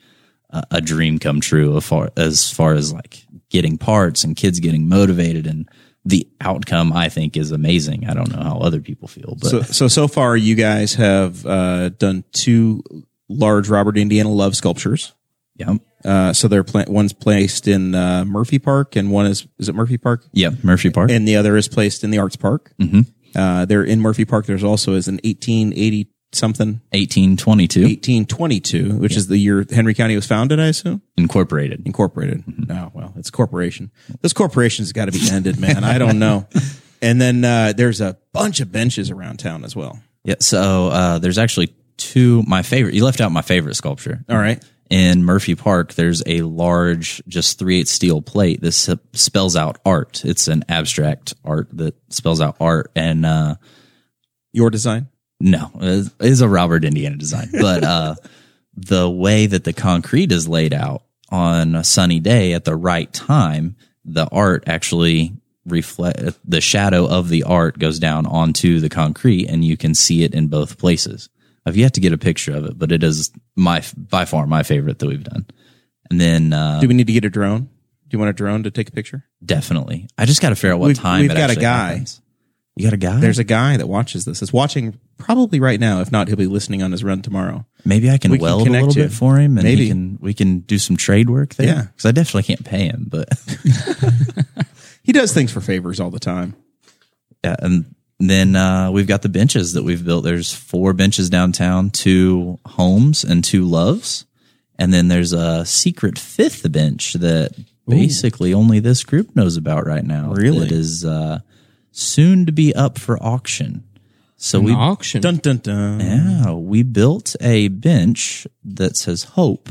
S3: a, a dream come true as far as far as like getting parts and kids getting motivated and the outcome I think is amazing. I don't know how other people feel, but
S1: So, so so far, you guys have uh, done two large Robert Indiana love sculptures.
S3: yeah,
S1: Uh, so they're pla- one's placed in uh, Murphy Park, and one is is it Murphy Park,
S3: yeah, Murphy Park.
S1: and the other is placed in the Arts Park. Mm-hmm. Uh, they're in Murphy Park. There's also is an 1880 something
S3: 1822
S1: 1822, which is the year Henry County was founded, I assume.
S3: incorporated.
S1: Incorporated. Oh well, it's a corporation. This corporation's got to be ended, man. I don't know. And then uh, there's a bunch of benches around town as well.
S3: Yeah. So uh, there's actually two. My favorite. You left out my favorite sculpture.
S1: All right.
S3: In Murphy Park, there's a large, just three eight steel plate. This spells out art. It's an abstract art that spells out art. And uh,
S1: Your design.
S3: no, it is a Robert Indiana
S1: [LAUGHS]
S3: design. But uh, the way that the concrete is laid out on a sunny day at the right time, the art actually reflect the shadow of the art goes down onto the concrete, and you can see it in both places. I've yet to get a picture of it, but it is my by far my favorite that we've done. And then uh,
S1: Do we need to get a drone? Do you want a drone to take a picture?
S3: definitely, I just got to figure out what
S1: We've-
S3: time
S1: we've
S3: it
S1: got a
S3: actually
S1: guy.
S3: happens. You got a guy?
S1: There's a guy that watches this. Is watching probably right now. If not, he'll be listening on his run tomorrow.
S3: Maybe I can
S1: We can
S3: weld a
S1: connect
S3: little
S1: you.
S3: bit for him, and
S1: Maybe.
S3: he can we can do some trade work there.
S1: Yeah.
S3: because I definitely can't pay him, but [LAUGHS]
S1: He does things for favors all the time.
S3: yeah. And then uh, we've got the benches that we've built. There's four benches downtown, two homes and two loves, and then there's a secret fifth bench that basically only this group knows about right now.
S1: Really?
S3: it is uh, soon to be up for auction. So
S2: An
S3: we
S2: auction.
S1: Dun dun dun.
S3: Yeah, we built a bench that says hope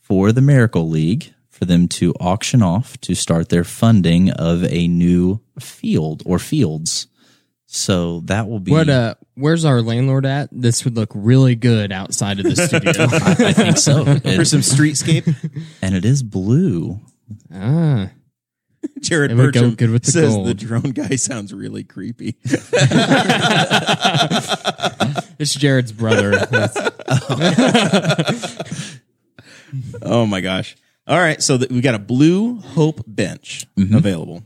S3: for the Miracle League for them to auction off to start their funding of a new field or fields. So that will be
S2: What uh where's our landlord at? This would look really good outside of the [LAUGHS]
S3: [LAUGHS]
S2: studio.
S3: I think [LAUGHS] so.
S1: For
S3: It-
S1: some streetscape,
S2: [LAUGHS]
S3: and it is blue.
S2: ah.
S1: Jared
S2: It would go
S1: Burcham
S2: good with the
S1: says
S2: gold.
S1: the drone guy sounds really creepy.
S2: It's Jared's [LAUGHS] brother.
S1: oh my gosh! All right, so that we got a blue hope bench
S2: Mm-hmm.
S1: available.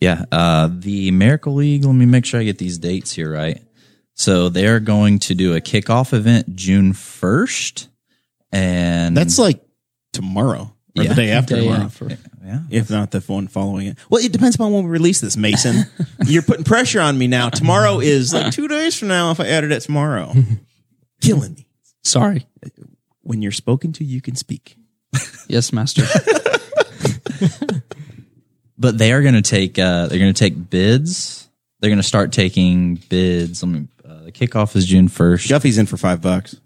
S3: Yeah, uh, the Miracle League. Let me make sure I get these dates here right. So they are going to do a kickoff event June first, and
S1: That's like tomorrow or
S3: Yeah.
S1: the day after
S2: Day
S1: tomorrow.
S2: after.
S3: yeah.
S1: If not the one following it. Well, it depends upon when we release this, Mason. [LAUGHS] You're putting pressure on me now. Tomorrow is like two days from now if I edit it [LAUGHS] tomorrow. Killing me.
S4: Sorry.
S1: When you're spoken to, you can speak.
S4: Yes, master.
S3: but they are going to take uh, they're going to take bids. They're going to start taking bids. Let me. Uh, the kickoff is June first.
S1: Guffey's in for five bucks.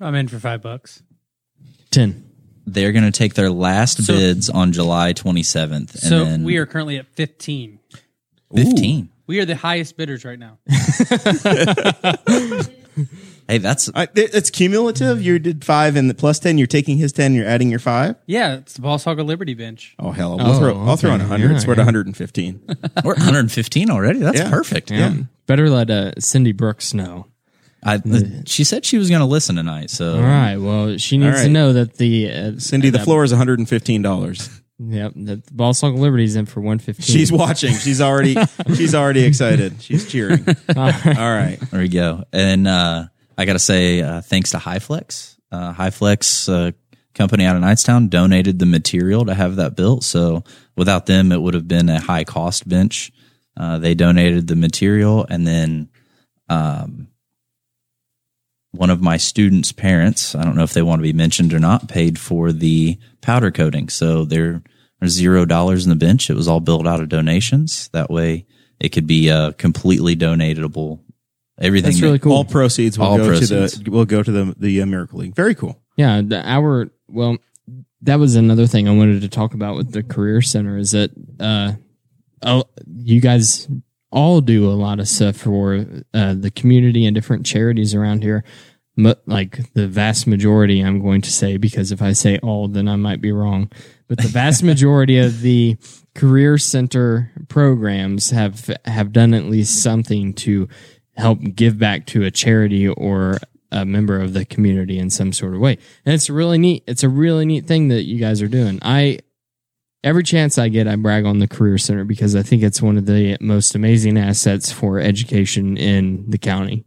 S5: I'm in for five bucks.
S2: Ten.
S3: They're going to take their last
S5: So-
S3: bids on July twenty seventh, and
S5: So
S3: then
S5: we are currently at 15.
S3: fifteen.
S5: We are the highest bidders right now.
S3: Hey, that's
S1: I, it- it's cumulative. You did five and the plus 10. You're taking his 10, you're adding your five.
S5: Yeah, it's the Boss Hog of Liberty bench.
S1: Oh, hell. We'll throw, I'll throw in
S2: okay.
S1: 100. it's
S2: Yeah,
S1: worth 115.
S3: we're one hundred fifteen already. That's
S1: Yeah.
S3: perfect.
S2: Yeah. Better let uh, Cindy Brooks know.
S3: I, she said she was going to listen tonight, so
S2: All right. Well, she needs
S1: right.
S2: to know that the uh,
S1: Cindy, the
S2: that-
S1: floor is $115. [LAUGHS]
S2: Yep. That the Ball Song Liberty's in for one fifteen.
S1: She's watching. She's already she's already excited. She's cheering. [LAUGHS] All right.
S3: There we go. And uh, I got to say, uh, thanks to HiFlex, uh, HiFlex uh, company out of Knightstown donated the material to have that built. So without them, it would have been a high cost bench. Uh, they donated the material, and then um, one of my students' parents, I don't know if they want to be mentioned or not, paid for the powder coating. So there are zero dollars in the bench. It was all built out of donations. That way, it could be uh, completely donatable Everything.
S2: That's
S3: that-
S2: really cool.
S1: All proceeds will
S3: All
S1: go to
S3: proceeds.
S1: the will go to the the uh, Miracle League. Very cool.
S2: Yeah, the our well, that was another thing I wanted to talk about with the career center is that uh, oh, you guys all do a lot of stuff for uh, the community and different charities around here. Mo- like the vast majority, I'm going to say because if I say all, then I might be wrong. But the vast majority of the career center programs have have done at least something to help give back to a charity or a member of the community in some sort of way. And it's really neat. It's a really neat thing that you guys are doing. I every chance I get, I brag on the career center because I think it's one of the most amazing assets for education in the county.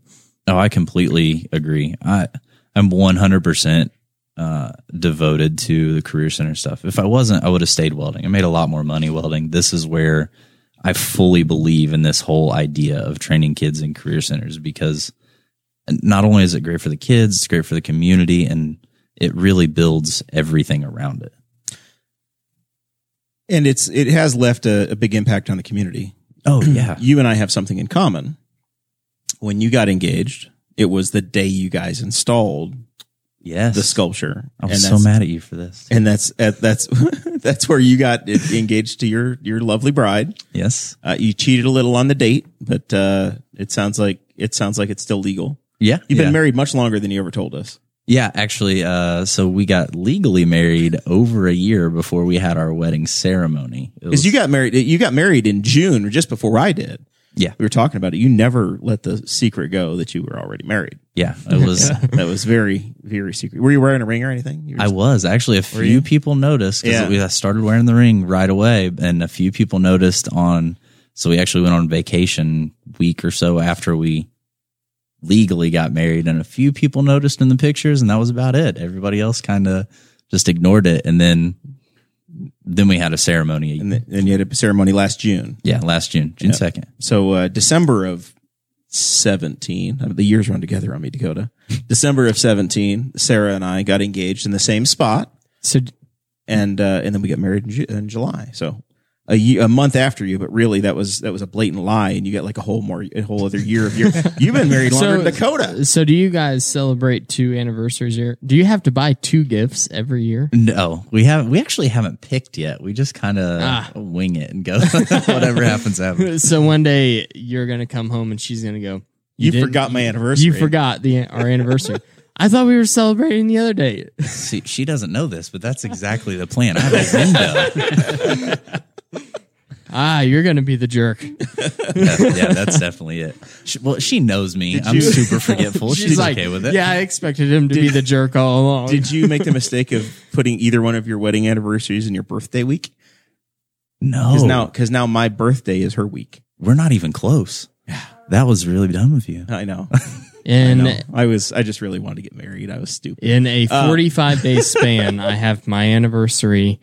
S3: Oh, I completely agree. I I'm 100% uh, devoted to the career center stuff. If I wasn't, I would have stayed welding. I made a lot more money welding. This is where I fully believe in this whole idea of training kids in career centers because not only is it great for the kids, it's great for the community and it really builds everything around it.
S1: And it's it has left a, a big impact on the community. Um,
S3: [CLEARS THROAT] Oh yeah.
S1: you and I have something in common. When you got engaged, it was the day you guys installed
S3: Yes.
S1: the sculpture.
S3: I was so
S1: that's-
S3: mad at you for this.
S1: And that's at, that's [LAUGHS] that's where you got e, engaged to your your lovely bride.
S3: Yes.
S1: Uh, you cheated a little on the date, but uh, it sounds like it sounds like it's still legal.
S3: Yeah.
S1: You've
S3: yeah.
S1: been married much longer than you ever told us.
S3: Yeah, actually, uh, so we got legally married over a year before we had our wedding ceremony. It
S1: Because
S3: was-
S1: you got married, you got married in June, just before I did.
S3: Yeah.
S1: we were talking about it. You never let the secret go that you were already married.
S3: yeah, it
S1: [LAUGHS]
S3: was.
S1: That was very, very secret. Were you wearing a ring or anything? You were
S3: I
S1: just-
S3: was actually a few people noticed
S1: Yeah.
S3: because we I started wearing the ring right away, and a few people noticed on. So we actually went on vacation week or so after we legally got married, and a few people noticed in the pictures, and that was about it. Everybody else kind of just ignored it, and then then we had a ceremony.
S1: and, then, and you had a ceremony last June.
S3: yeah, last June, June second.
S1: So uh, December of seventeen, uh, the years run together on me,
S2: [LAUGHS]
S1: Dakota. December of seventeen, Sarah and I got engaged in the same spot,
S2: So
S1: and uh, and then we got married in, Ju- in July. So a ye a month after you, but really that was that was a blatant lie, and you got like a whole more a whole other year
S2: [LAUGHS]
S1: of your. You've been married longer than Dakota.
S2: so do you guys celebrate two anniversaries here? Do you have to buy two gifts every year?
S3: No, we haven't. We actually haven't picked yet. We just kind of
S2: Ah.
S3: wing it and go [LAUGHS] whatever happens happens.
S1: [LAUGHS]
S2: so one day you're gonna come home and she's gonna go.
S1: You,
S2: didn't-
S1: forgot my anniversary.
S2: You forgot the our
S1: [LAUGHS]
S2: anniversary. I thought we were celebrating the other day.
S3: See, she doesn't know this, but that's exactly the plan. I have a window.
S2: Ah, you're gonna be
S1: [LAUGHS]
S2: the jerk.
S3: yeah, yeah, that's definitely it. She, well, she knows me. I'm super
S1: [LAUGHS]
S3: forgetful. She's, okay with it.
S2: Yeah, I expected him to be the jerk all along.
S1: Did you make the mistake of putting either one of your wedding anniversaries in your birthday week?
S3: No,
S1: Because
S2: Oh.
S1: now, because now my birthday is her week.
S3: we're not even close. That was really dumb of you.
S1: I know.
S2: in
S1: No, I was. I just really wanted to get married. I was stupid. [LAUGHS]
S2: in a
S1: Uh,
S2: 45 day span, I have my anniversary,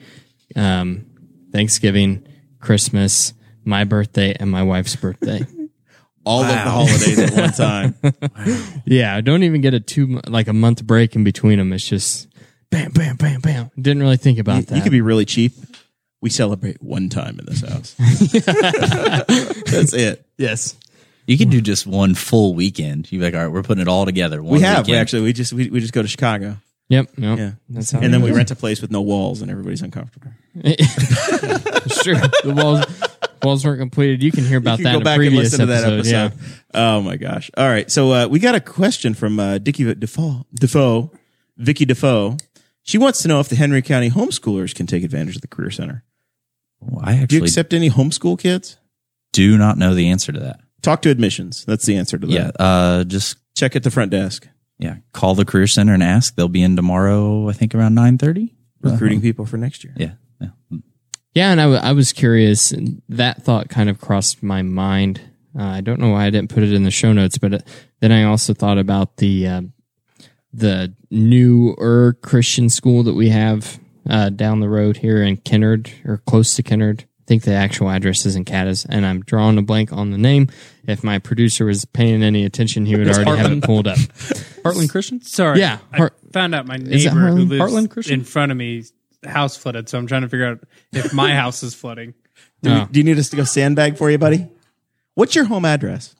S2: um, Thanksgiving, Christmas, my birthday, and my wife's birthday.
S1: All of the holidays
S3: [LAUGHS]
S1: at one time.
S2: yeah, I don't even get a two mo- like a month break in between them. It's just bam, bam, bam, bam. Didn't really think about that.
S1: You could be really cheap. We celebrate one time in this
S2: [LAUGHS]
S1: house. That's it.
S2: yes.
S3: You could do just one full weekend. You'd be like, all right, we're putting it all together. One
S1: we have we
S3: weekend.
S1: actually. We just we, we just go to Chicago
S2: Yep. Yep.
S1: Yeah.
S2: That's how
S1: and then
S2: it
S1: we
S2: goes.
S1: rent a place with no walls and everybody's uncomfortable.
S2: [LAUGHS] it's true. The walls walls weren't completed. You can hear about
S1: you
S2: that
S1: can
S2: in
S1: go
S2: a
S1: back and
S2: previous
S1: listen to that episode.
S2: Yeah.
S1: Oh my gosh! All right, so uh, we got a question from uh, Dickie Defoe, Defoe, Vicky Defoe. She wants to know if the Henry County homeschoolers can take advantage of the Career Center.
S3: Well, I
S1: Do you
S3: actually
S1: accept any homeschool kids?
S3: do not know the answer to that.
S1: Talk to admissions. That's the answer to that.
S3: Yeah, uh, just
S1: Check at the front desk.
S3: yeah, call the career center and ask. They'll be in tomorrow. I think around nine thirty.
S1: Recruiting people for next year.
S3: Yeah, yeah.
S2: Yeah, and I, w- I was curious, and that thought kind of crossed my mind. Uh, I don't know why I didn't put it in the show notes, but it, then I also thought about the uh, the newer Christian school that we have uh, down the road here in Kennard or close to Kennard. I think the actual address is in Cadiz, and I'm drawing a blank on the name. If my producer was paying any attention, he would already have it pulled up.
S4: Heartland Christian?
S5: Sorry.
S2: Yeah,
S5: I
S2: Har-
S5: found out my
S2: Is it
S5: neighbor who
S2: Harlan-
S5: lives
S4: Harlan Christian?
S5: in front of me house flooded, so I'm trying to figure out if my house is flooding.
S1: Do, we-
S2: Oh.
S1: do you need us to go sandbag for you, buddy? What's your home address?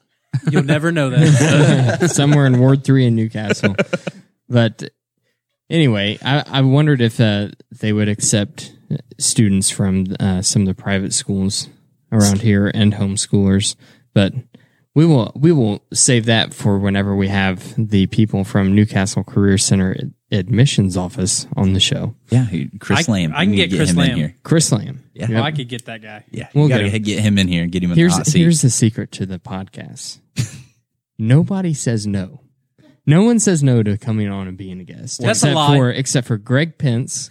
S5: You'll never know that.
S2: somewhere in Ward Three in Newcastle. But anyway, I, I wondered if uh, they would accept students from uh, some of the private schools around here and homeschoolers. But we will we will save that for whenever we have the people from Newcastle Career Center ad- admissions office on the show.
S3: Yeah, he- Chris
S5: I-
S3: Lamb.
S5: I can
S3: We need to
S5: get Chris
S3: him
S5: Lamb.
S3: in here.
S2: Chris Lamb.
S3: Yeah.
S5: [LAUGHS] Well, I could get that guy.
S3: Yeah,
S2: We'll
S3: you gotta
S2: get
S3: he- get him in here and get him in the hot
S2: Here's
S3: seat.
S2: here's the secret to the podcast. [LAUGHS] Nobody says no. No one says no to coming on and being a guest.
S5: That's a
S2: except
S5: lie.
S2: for except for Greg Pence.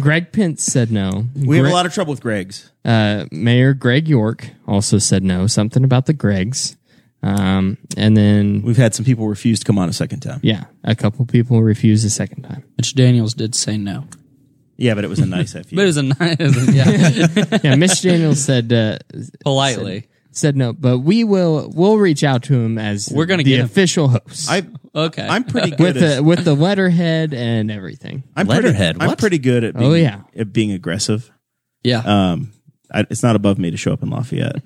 S2: Greg Pence said no.
S1: We have
S2: Gre-
S1: a lot of trouble with Greg's.
S2: uh, Mayor Greg York also said no. Something about the Gregs. Um, and then
S1: We've had some people refuse to come on a second time.
S2: yeah, a couple people refused the second time.
S4: Mitch Daniels did say no,
S1: Yeah, but it was a nice FU.
S4: but it was a nice, [LAUGHS] yeah,
S2: Yeah, Mitch Daniels said uh,
S4: politely.
S2: said no, but we will we'll reach out to him as
S4: We're gonna
S2: the
S4: get him.
S2: official host
S1: I,
S4: Okay,
S1: I'm pretty good
S2: with
S1: at
S2: the with the letterhead and everything.
S1: I'm pretty,
S3: Letterhead,
S1: I'm
S3: what?
S1: pretty good at being,
S2: Oh, yeah.
S1: at being aggressive.
S4: yeah.
S1: Um, I, it's not above me to show up in Lafayette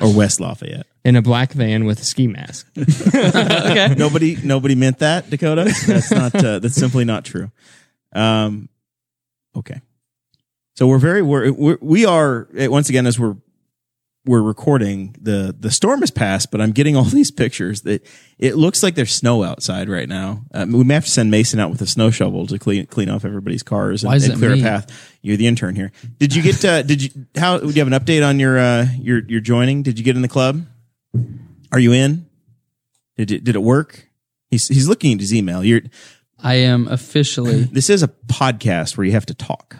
S1: or West Lafayette.
S2: in a black van with a ski mask.
S1: nobody, nobody meant that, Dakota. That's not. Uh, that's simply not true. Um, okay. So we're very we're, we're we are eh, once again as we're we're recording the the storm has passed, but I'm getting [LAUGHS] all these pictures that it looks like there's snow outside right now. Um, we may have to send Mason out with a snow shovel to clean clean off everybody's cars and,
S4: Why is
S1: and
S4: it
S1: clear
S4: me?
S1: a path. You're the intern here. Did you get? Uh, did you how? Do you have an update on your uh, your your joining? Did you get in the club? Are you in? Did it, did it work? He's he's looking at his email. You're
S4: I am officially
S1: this is a podcast where you have to talk.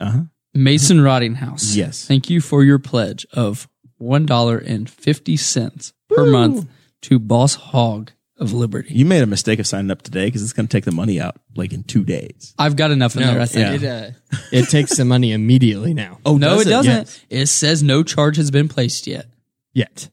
S1: Uh huh.
S4: Mason Roddinghouse.
S1: Yes.
S4: Thank you for your pledge of one dollar and fifty cents per month to Boss Hog of Liberty.
S1: You made a mistake of signing up today because it's going to take the money out like in two days.
S4: I've got enough in there. I think.
S2: It, uh, it takes the money immediately now.
S4: Oh no,
S1: does
S4: it
S1: it?
S4: doesn't. It says no charge has been placed yet.
S2: Yet.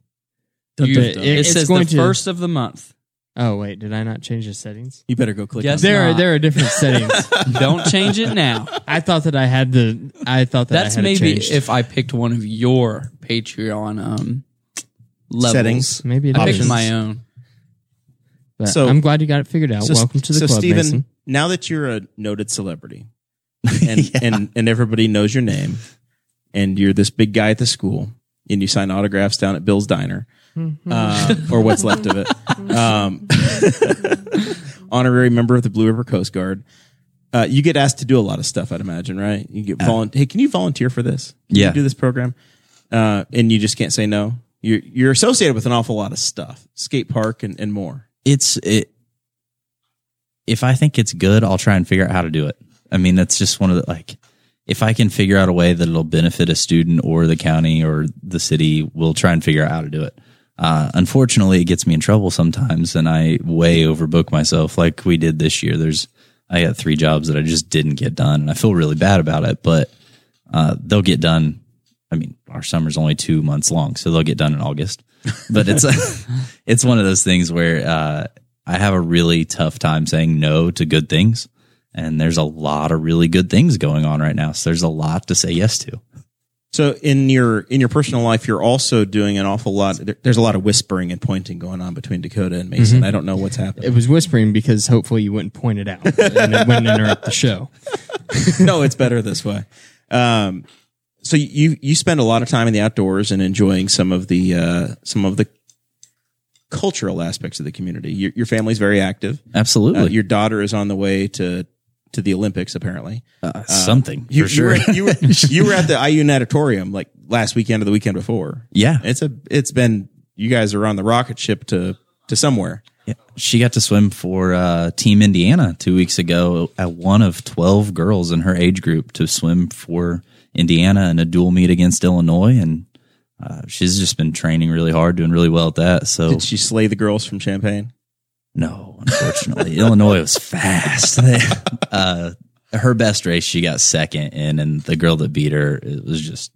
S4: You-
S2: dun.
S4: it
S2: It's
S4: says
S2: going
S4: the
S2: to-
S4: first of the month.
S2: Oh wait, did I not change the settings?
S1: You better go click.
S4: Yes.
S1: on
S2: There are
S4: not.
S2: there are
S1: [LAUGHS]
S2: different settings.
S4: Don't change it now.
S2: I thought that I had the I thought that
S4: That's
S2: I had it
S4: maybe
S2: changed.
S4: if I picked one of your Patreon um levels.
S1: Settings.
S2: maybe it
S4: I
S2: is.
S4: picked my own.
S2: But
S1: So-
S2: I'm glad you got it figured out.
S1: So,
S2: Welcome to the
S1: so
S2: club,
S1: Steven,
S2: Mason.
S1: now that you're a noted
S2: [LAUGHS]
S1: celebrity and, and and everybody knows your name, and you're this big guy at the school, and you sign autographs down at Bill's Diner,
S2: Mm-hmm.
S1: uh, or what's left of it, um, [LAUGHS] honorary member of the Blue River Coast Guard. Uh, you get asked to do a lot of stuff, I'd imagine, right? You
S2: Uh,
S1: get volunteer. Hey, can you volunteer for this? Can
S3: Yeah.
S1: you do this program, uh, and you just can't say no. You're you're associated with an awful lot of stuff, skate park and, and more.
S3: it's it if i think it's good i'll try and figure out how to do it i mean that's just one of the like if i can figure out a way that it'll benefit a student or the county or the city we'll try and figure out how to do it uh, unfortunately it gets me in trouble sometimes and i way overbook myself like we did this year there's i got three jobs that i just didn't get done and i feel really bad about it but uh, they'll get done i mean our summer's only two months long so they'll get done in august but it's [LAUGHS] it's one of those things where uh, I have a really tough time saying no to good things, and there's a lot of really good things going on right now. So there's a lot to say yes to.
S1: So in your in your personal life, you're also doing an awful lot. there- There's a lot of whispering and pointing going on between Dakota and Mason. I don't know what's happening.
S2: It was whispering because hopefully you wouldn't point it out and it wouldn't interrupt the show.
S1: [LAUGHS] no, it's better this way. Um, so you you spend a lot of time in the outdoors and enjoying some of the uh, some of the cultural aspects of the community. Your, your family's very active. Uh,
S3: Absolutely,
S1: your daughter is on the way to to the Olympics, apparently.
S3: Uh, something
S1: You,
S3: for sure.
S1: You were, you,
S3: [LAUGHS]
S1: were, you were at the IU natatorium like last weekend or the weekend before.
S3: yeah,
S1: It's a it's been you guys are on the rocket ship to to somewhere.
S3: Yeah. She got to swim for uh, Team Indiana two weeks ago at one of 12 girls in her age group to swim for Indiana in a dual meet against Illinois. And uh, she's just been training really hard, doing really well at that. So,
S1: Did she slay the girls from Champagne?
S3: no, unfortunately, [LAUGHS] Illinois was fast. [LAUGHS] uh, her best race, she got second in, and the girl that beat her, it was just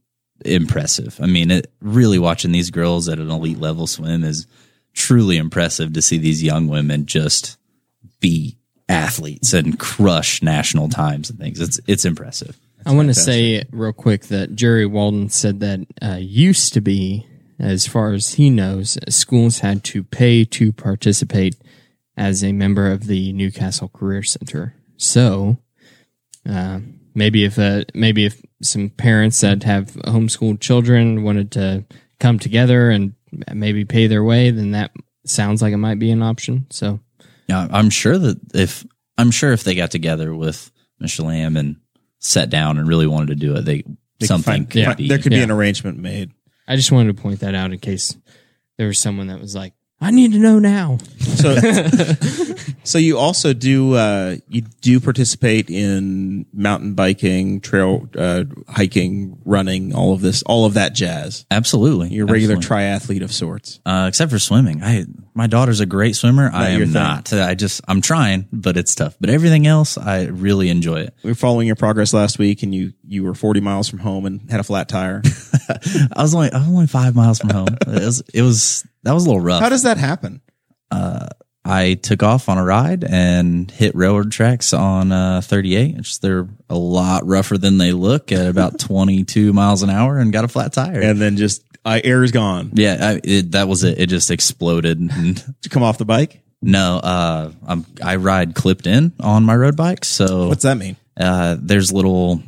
S3: impressive. I mean, it really watching these girls at an elite level swim is truly impressive to see these young women just be athletes and crush national times and things. It's it's impressive.
S2: I want to say real quick that Jerry Walden said that uh, used to be As far as he knows, schools had to pay to participate as a member of the Newcastle Career Center. So uh, maybe if uh, maybe if some parents that have homeschooled children wanted to come together and maybe pay their way, then that sounds like it might be an option. So
S3: Yeah, I'm sure that if I'm sure if they got together with Michelle Lamb and sat down and really wanted to do it, they,
S1: They could
S3: something
S1: find-
S3: could
S1: fi-
S3: be.
S1: There could be
S2: Yeah.
S1: an arrangement made.
S2: I just wanted to point that out in case there was someone that was like, "I need to know now."
S1: So, [LAUGHS] so you also do uh, you do participate in mountain biking, trail uh, hiking, running, all of this, all of that jazz.
S3: absolutely
S1: You're a regular
S3: absolutely.
S1: triathlete of sorts.
S3: uh, except for swimming. I my daughter's a great swimmer. I
S1: your
S3: am
S1: thing.
S3: not. I just I'm trying, but it's tough. But everything else, I really enjoy it.
S1: We were following your progress last week, and you you were 40 miles from home and had a flat
S3: [LAUGHS]
S1: tire.
S3: I was only I was only five miles from home. [LAUGHS] it, was, it was that was a little rough.
S1: How does that happen?
S3: I took off on a ride and hit railroad tracks on uh, 38. It's, they're a lot rougher than they look at
S1: [LAUGHS]
S3: about 22 miles an hour and got a flat tire.
S1: And then just I air is gone.
S3: yeah, I, it, that was it. It just exploded. [LAUGHS] And
S1: Did you come off the bike?
S3: no, uh, I'm, I ride clipped in on my road bike. So
S1: What's that mean?
S3: uh, there's little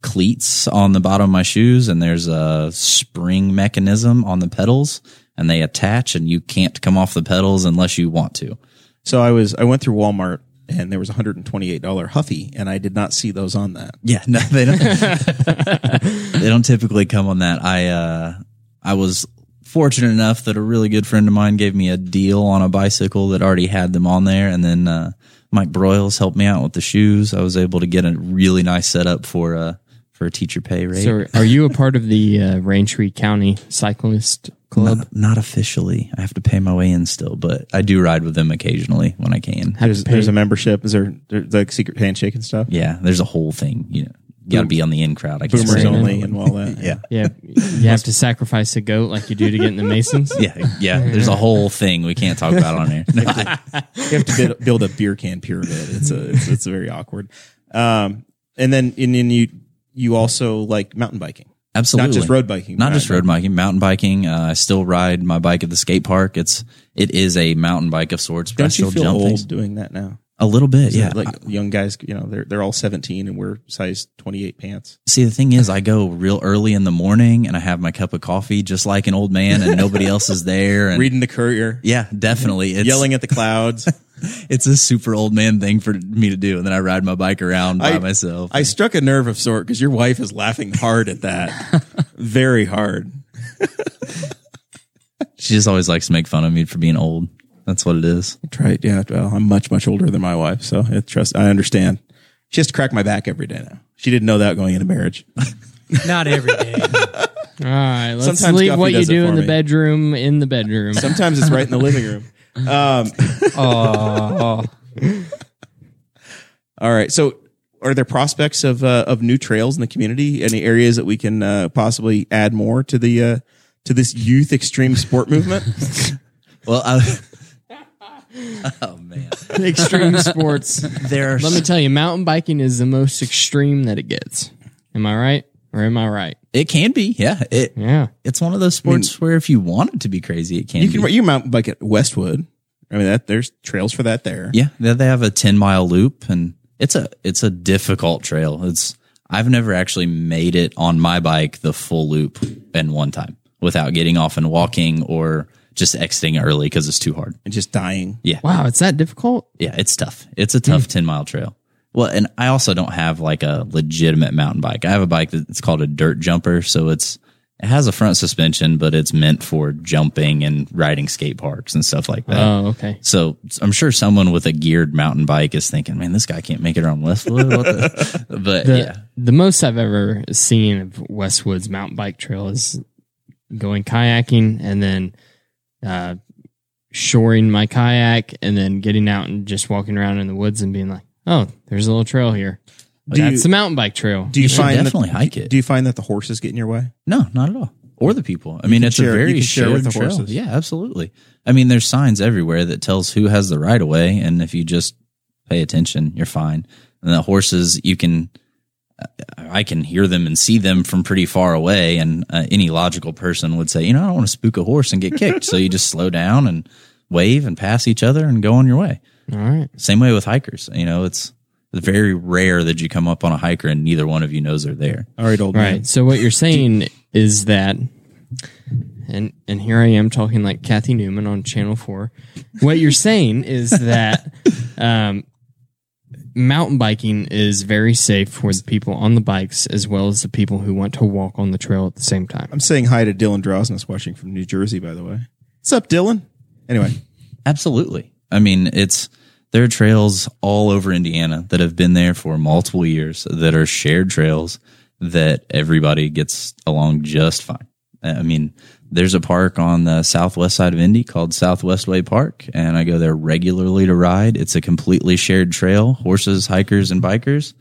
S3: cleats on the bottom of my shoes and there's a spring mechanism on the pedals and they attach and you can't come off the pedals unless you want to.
S1: So I was I went through Walmart and there was a hundred and twenty eight dollar Huffy, and I did not see those on that.
S3: Yeah, no, they don't. [LAUGHS] they don't typically come on that. I uh, I was fortunate enough that a really good friend of mine gave me a deal on a bicycle that already had them on there, and then uh, Mike Broyles helped me out with the shoes. I was able to get a really nice setup for uh, for a teacher pay rate.
S2: So, are you a part of the uh, Rain Tree County Cyclist Club?
S3: Uh, Not, not officially. I have to pay my way in still, but I do ride with them occasionally when I can.
S2: Have
S1: There's
S2: to pay-
S1: there's a membership. Is there there's like secret handshake and stuff?
S3: Yeah, there's a whole thing. You know, got to be on the in crowd. I guess.
S1: Boomers
S2: Right.
S1: only and all that. yeah.
S2: yeah,
S1: [LAUGHS]
S2: you have to sacrifice a goat like you do to get in the Masons.
S3: Yeah, yeah. There's a whole thing we can't talk about on here.
S1: you have to build, build a beer can pyramid. It's a it's, it's very awkward. Um, and then and then you you also like mountain biking,
S3: Absolutely.
S1: not just road biking,
S3: Not
S1: but-
S3: just road biking, mountain biking. Uh, I still ride my bike at the skate park. It's it is a mountain bike of sorts. But I
S1: Don't
S3: still
S1: you feel
S3: jump
S1: old
S3: things.
S1: doing that now?
S3: A little bit, yeah.
S1: like young guys, you know, they're they're all seventeen and we're size twenty eight pants.
S3: See, the thing is, I go real early in the morning and I have my cup of coffee, just like an old man, and nobody else is there. And
S1: Reading the Courier,
S3: yeah, definitely, it's,
S1: yelling at the clouds.
S3: It's a super old man thing for me to do, and then I ride my bike around by
S1: I-
S3: myself.
S1: I struck a nerve of sort because your wife is laughing hard at that, very hard.
S3: she just always likes to make fun of me for being old. That's what it is.
S1: Try it, yeah. Well, I'm much much older than my wife, so I trust. I understand. She has to crack my back every day now. She didn't know that going into marriage.
S4: Not every day.
S2: All right, let's
S1: Sometimes
S2: leave
S1: Guffey
S2: what you
S1: does it
S2: do
S1: for
S2: in the
S1: me.
S2: bedroom in the bedroom. [LAUGHS]
S1: Sometimes it's right in the living room. Um,
S4: oh,
S1: [LAUGHS] all right. So, are there prospects of uh, of new trails in the community? Any areas that we can uh, possibly add more to the uh, to this youth extreme sport movement?
S3: Well, I, [LAUGHS] oh man,
S2: [LAUGHS] extreme sports.
S3: there are
S2: Let me tell you, mountain biking is the most extreme that it gets. Am I right? Or am I right?
S3: It can be, yeah. It
S2: Yeah.
S3: it's one of those sports where if you want it to be crazy, it can.
S1: You can
S3: be.
S1: you mountain bike at Westwood. I mean, that there's trails for that there.
S3: yeah. They they have a ten mile loop, and it's a it's a difficult trail. It's I've never actually made it on my bike the full loop in one time without getting off and walking or just exiting early because it's too hard.
S1: and just dying.
S2: Wow, it's that difficult?
S3: Yeah, it's tough. It's a tough 10 mile trail. Well, and I also don't have like a legitimate mountain bike. I have a bike that's called a dirt jumper. So it's, it has a front suspension, but it's meant for jumping and riding skate parks and stuff like
S1: Uh,
S3: that.
S2: Oh, okay.
S3: so I'm sure someone with a geared mountain bike is thinking, man, this guy can't make it around Westwood. What the? but
S2: The,
S3: yeah,
S2: the most I've ever seen of Westwood's mountain bike trail is going kayaking and then uh, shoring my kayak and then getting out and just walking around in the woods and being like, oh, there's a little trail here.
S1: Do
S2: That's
S1: you-
S2: the mountain bike trail.
S1: Do you,
S3: should
S1: find
S3: definitely
S1: that,
S3: hike it.
S1: Do you find that the horses get in your way?
S3: No, not at all. Or the people. I mean, it's
S1: share-
S3: a
S1: you
S3: very
S1: can share with
S3: shared
S1: the
S3: trail.
S1: horses.
S3: Yeah, absolutely. I mean, there's signs everywhere that tells who has the right of way, and if you just pay attention, you're fine. And the horses, you can. uh, I can hear them and see them from pretty far away. And uh, any logical person would say, you know, I don't want to spook a horse and get kicked. so you just slow down and wave and pass each other and go on your way.
S2: All right.
S3: Same way with hikers. You know, it's very rare that you come up on a hiker and neither one of you knows they're there.
S1: All right, old
S2: All
S1: man.
S2: right. So what you're saying is that and and here I am talking like Kathy Newman on Channel 4. What you're saying is that um mountain biking is very safe for the people on the bikes as well as the people who want to walk on the trail at the same time.
S1: I'm saying hi to Dylan Drosness watching from New Jersey, by the way. What's up, Dylan? Anyway,
S3: Absolutely. I mean, it's there are trails all over Indiana that have been there for multiple years that are shared trails that everybody gets along just fine. I mean, there's a park on the southwest side of Indy called Southwest Way Park, and I go there regularly to ride. It's a completely shared trail, horses, hikers, and bikers.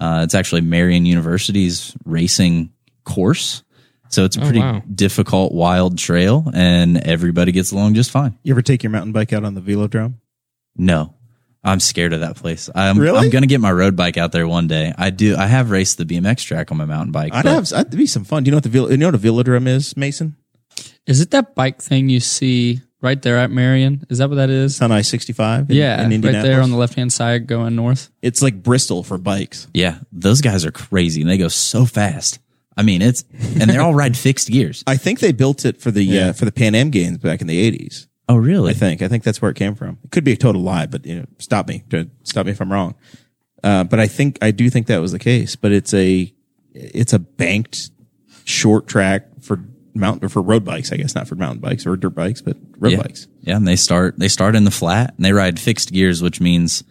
S3: Uh, it's actually Marion University's racing course. So it's a pretty
S2: wow.
S3: difficult, wild trail, and everybody gets along just fine.
S1: you ever take your mountain bike out on the velodrome?
S3: No, I'm scared of that place. I'm,
S1: Really?
S3: I'm going to get my road bike out there one day. I do. I have raced the BMX track on my mountain bike.
S1: I'd
S3: but
S1: have that'd be some fun. Do you know what the velo, you know what a velodrome is, Mason?
S4: Is it that bike thing you see right there at Marion? Is that what that is?
S1: It's on I-65. In,
S4: yeah,
S1: in
S4: right
S1: Indianapolis.
S4: there on the left hand side going north.
S1: It's like Bristol for bikes.
S3: yeah, those guys are crazy and they go so fast. I mean, it's and they all [LAUGHS] ride fixed gears.
S1: I think they built it for the uh, for the Pan Am Games back in the eighties.
S3: Oh, really?
S1: I think. I think that's where it came from. It could be a total lie, but you know, stop me. Don't- Stop me if I'm wrong. Uh, but I think I do think that was the case. But it's a it's a banked short track for mountain for road bikes, I guess, not for mountain bikes or dirt bikes, but road
S3: yeah.
S1: bikes.
S3: Yeah, and they start they start in the flat and they ride fixed gears, which means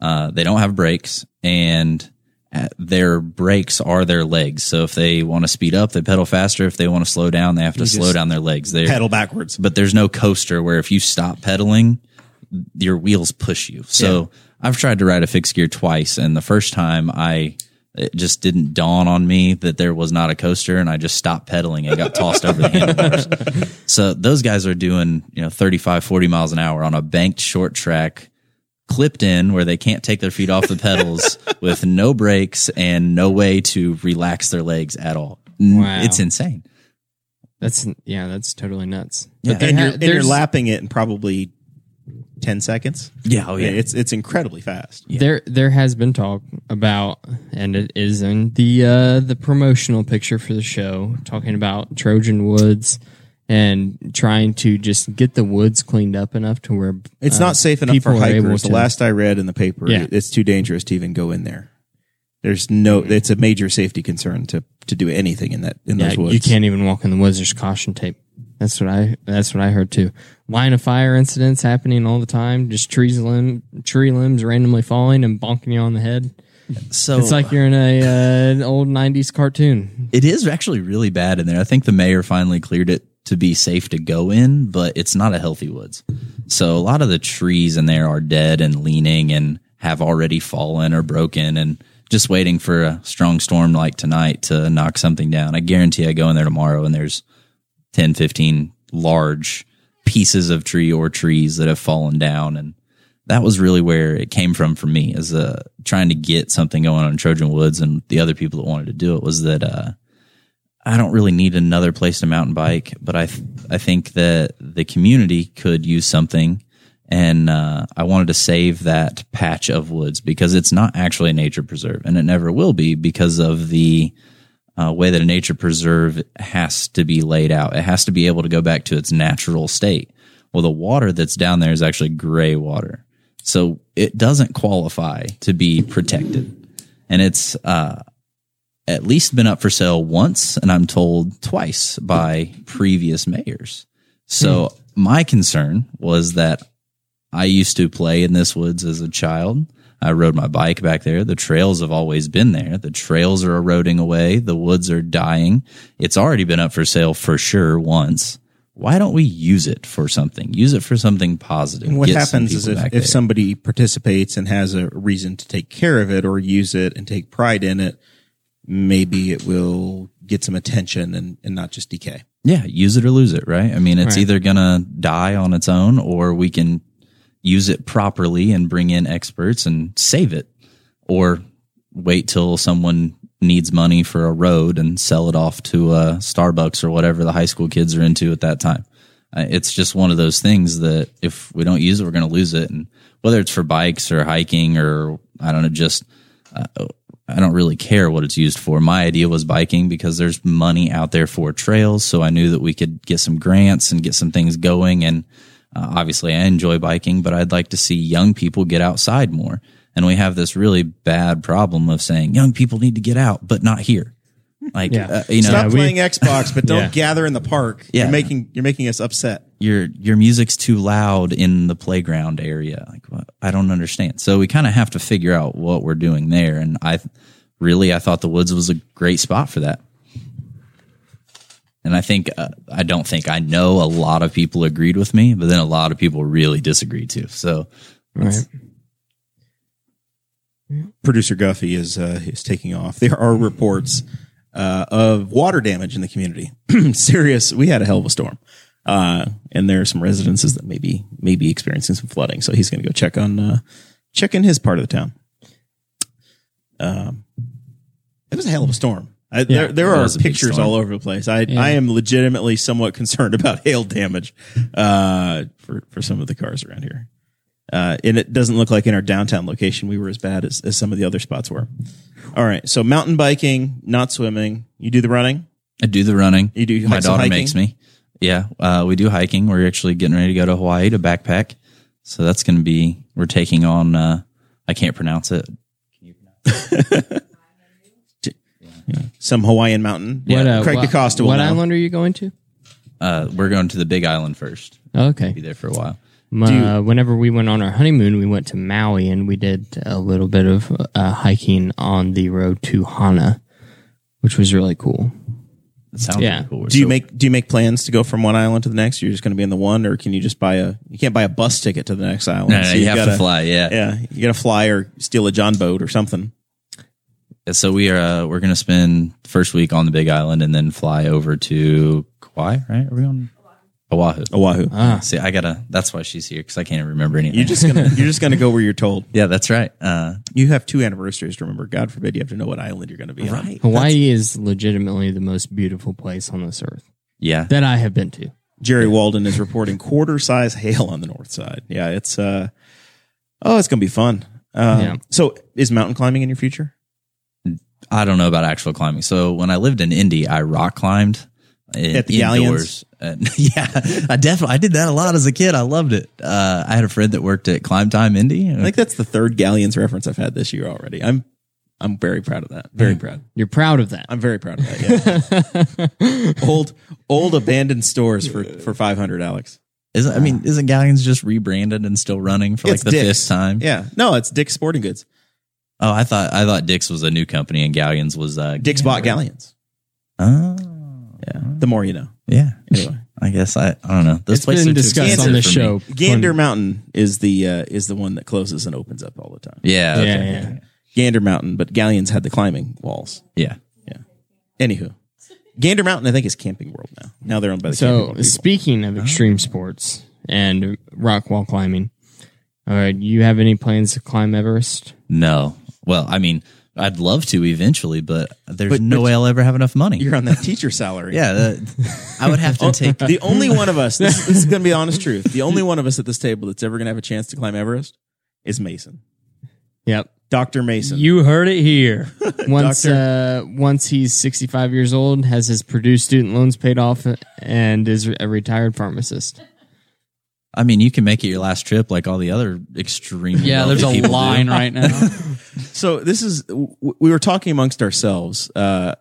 S3: uh, they don't have brakes and uh, their brakes are their legs. So if they want to speed up, they pedal faster. If they want to slow down, they have to slow down their legs. They're,
S1: Pedal backwards.
S3: but there's no coaster where if you stop pedaling, your wheels push you. So I've tried to ride a fixed gear twice, and the first time I it just didn't dawn on me that there was not a coaster, and I just stopped pedaling and got tossed over the handlebars. So those guys are doing you know 35, 40 miles an hour on a banked short track. Clipped in where they can't take their feet off the pedals with no brakes and no way to relax their legs at all. N-
S2: Wow.
S3: It's insane.
S2: That's yeah, that's totally nuts.
S3: Yeah.
S2: they
S1: and
S2: ha-
S1: you're, and you're
S2: there's-
S1: lapping it in probably 10 seconds.
S3: Yeah. Oh,
S1: Yeah. It's, it's incredibly fast.
S2: There, there has been talk about, and it is in the uh, the promotional picture for the show, talking about Trojan Woods and trying to just get the woods cleaned up enough to where
S1: It's
S2: uh,
S1: not safe enough
S2: people
S1: for
S2: are able
S1: hikers. The
S2: to-
S1: last I read in the paper,
S2: Yeah.
S1: it- it's too dangerous to even go in there. There's no,
S2: Mm-hmm.
S1: it's a major safety concern to, to do anything in that, in
S2: Yeah,
S1: those woods.
S2: you can't even walk in the woods. There's caution tape. That's what I. That's what I heard too. Line of fire incidents happening all the time. Just trees limb, tree limbs randomly falling and bonking you on the head.
S3: So
S1: Oh.
S2: It's like you're in a uh, an old '90s cartoon.
S3: It is actually really bad in there. I think the mayor finally cleared it to be safe to go in, but it's not a healthy woods. So a lot of the trees in there are dead and leaning and have already fallen or broken and just waiting for a strong storm like tonight to knock something down. I guarantee I go in there tomorrow and there's 10, 15 large pieces of tree or trees that have fallen down. And that was really where it came from for me as uh, trying to get something going on in Trojan Woods and the other people that wanted to do it was that uh, I don't really need another place to mountain bike, but I, th- I think that the community could use something. And uh, I wanted to save that patch of woods because it's not actually a nature preserve and it never will be because of the uh, way that a nature preserve has to be laid out. It has to be able to go back to its natural state. Well, the water that's down there is actually gray water. So it doesn't qualify to be protected. And it's uh, at least been up for sale once, and I'm told twice by previous mayors. So
S1: Hmm.
S3: my concern was that I used to play in this woods as a child. I rode my bike back there. The trails have always been there. The trails are eroding away. The woods are dying. It's already been up for sale for sure once. Why don't we use it for something? Use it for something positive.
S1: And what
S3: Get some
S1: happens is
S3: people
S1: if,
S3: back
S1: if
S3: there.
S1: somebody participates and has a reason to take care of it or use it and take pride in it, maybe it will get some attention and, and not just decay.
S3: Yeah, use it or lose it, right? I mean, it's
S2: Right.
S3: either going to die on its own or we can use it properly and bring in experts and save it or wait till someone needs money for a road and sell it off to uh, Starbucks or whatever the high school kids are into at that time. Uh, it's just one of those things that if we don't use it, we're going to lose it. And whether it's for bikes or hiking or I don't know, just uh, I don't really care what it's used for. My idea was biking because there's money out there for trails. So I knew that we could get some grants and get some things going. And uh, obviously, I enjoy biking, but I'd like to see young people get outside more. And we have this really bad problem of saying young people need to get out, but not here. Like, uh, you know,
S1: Stop
S2: we-
S1: playing Xbox,
S2: [LAUGHS]
S1: but don't
S2: Yeah.
S1: gather in the park.
S3: Yeah.
S1: You're making you're making us upset.
S3: your your music's too loud in the playground area. Like what? I don't understand. So we kind of have to figure out what we're doing there. And I really I thought the woods was a great spot for that. And I think uh, I don't think I know a lot of people agreed with me, but then a lot of people really disagreed too. So
S2: Right.
S1: Producer Guffey is uh, is taking off. There are reports uh, of water damage in the community. [CLEARS THROAT] Serious. We had a hell of a storm, uh, and there are some residences that maybe maybe experiencing some flooding. So he's going to go check on uh, check in his part of the town. Um, it was a hell of a storm. I, there there
S3: it
S1: are
S3: was a big
S1: pictures
S3: storm.
S1: all over the place. I I am legitimately somewhat [LAUGHS] concerned about hail damage uh, for for some of the cars around here. Uh, and it doesn't look like in our downtown location we were as bad as, as some of the other spots were. All right, so mountain biking, not swimming. You do the running.
S3: I do the running.
S1: You do
S3: My
S1: hike- some
S3: daughter
S1: hiking?
S3: makes me. Yeah, uh, we do hiking. We're actually getting ready to go to Hawaii to backpack. So that's going to be we're taking on. Uh, I can't pronounce it.
S1: Some Hawaiian mountain.
S2: uh,
S1: Craig
S2: what-
S1: DaCosta will
S2: What
S1: know.
S2: island are you going to?
S3: Uh, we're going to the Big Island first. Be
S2: Okay.
S3: there for a while.
S2: Uh, whenever we went on our honeymoon, we went to Maui and we did a little bit of uh, hiking on the road to Hana, which was really cool.
S3: That sounds
S2: Yeah.
S3: pretty cool.
S1: Do you
S3: So
S1: make do you make plans to go from one island to the next? You're just going to be in the one, or can you just buy a? You can't buy a bus ticket to the next island.
S3: No, no,
S1: So
S3: you,
S1: you've
S3: have
S1: gotta-
S3: to fly. Yeah.
S1: Yeah, you got to fly or steal a John boat or something.
S3: So we are. Uh, we're going to spend the first week on the Big Island and then fly over to Kauai. Right? Are we on Oahu?
S1: Oahu.
S3: See, I gotta. That's why she's here because I can't remember anything.
S1: You're just
S3: [LAUGHS]
S1: gonna you're just gonna go where you're told.
S3: yeah, that's right. Uh,
S1: You have two anniversaries to remember. God forbid you have to know what island you're going to be on.
S2: Hawaii is legitimately the most beautiful place on this earth
S3: yeah.
S2: that I have been to.
S1: Jerry Walden is reporting quarter size hail on the north side. Yeah, it's uh oh, it's gonna be fun. Uh,
S2: Yeah.
S1: So, is mountain climbing in your future?
S3: I don't know about actual climbing. So when I lived in Indy, I rock climbed in,
S1: At the Galleons?
S3: And [LAUGHS] yeah, I definitely I did that a lot as a kid. I loved it. Uh, I had a friend that worked at Climb Time Indy.
S1: I think that's the third galleons reference I've had this year already. I'm I'm very proud of that. Very proud.
S2: You're proud of that.
S1: I'm very proud of that. Yeah.
S2: [LAUGHS]
S1: old old abandoned stores for for 500 Alex.
S3: Isn't I mean, isn't Galleons just rebranded and still running for like
S1: Ah. It's
S3: the
S1: Dick's.
S3: fifth time?
S1: Yeah. No, it's Dick's Sporting Goods.
S3: Oh, I thought I thought Dick's was a new company and Galleons was uh
S1: Dick's bought galleons. Ah.
S3: Oh,
S1: Yeah. The more you know.
S3: yeah.
S1: Anyway.
S3: I guess I I don't know. This
S2: It's been discussed on the show.
S1: Gander Mountain is the uh, is the one that closes and opens up all the time.
S3: Yeah, okay.
S2: Yeah,
S3: yeah.
S2: yeah.
S1: Gander Mountain, but Galleons had the climbing walls. Anywho, Gander Mountain, I think, is Camping World now. Now they're owned by the Camping
S2: So
S1: World. people.
S2: speaking of extreme sports and rock wall climbing, all right, you have any plans to climb Everest?
S3: No. Well, I mean, I'd love to eventually, but there's
S1: But-
S3: no
S1: but
S3: way I'll ever have enough money.
S1: You're on that teacher salary.
S3: Yeah, that, I would
S1: [LAUGHS]
S3: have to take.
S1: The only one of us, this, this is going to be honest truth. The only one of us at this table that's ever going to have a chance to climb Everest is Mason.
S2: Yep.
S1: Dr. Mason.
S4: You heard it here.
S2: Once uh, once he's 65 years old, has his Purdue student loans paid off, and is a retired pharmacist.
S3: I mean, you can make it your last trip, like all the other extreme.
S4: Yeah, there's a
S3: wealthy people do.
S4: line right now.
S1: [LAUGHS] so this is, w- we were talking amongst ourselves. Uh,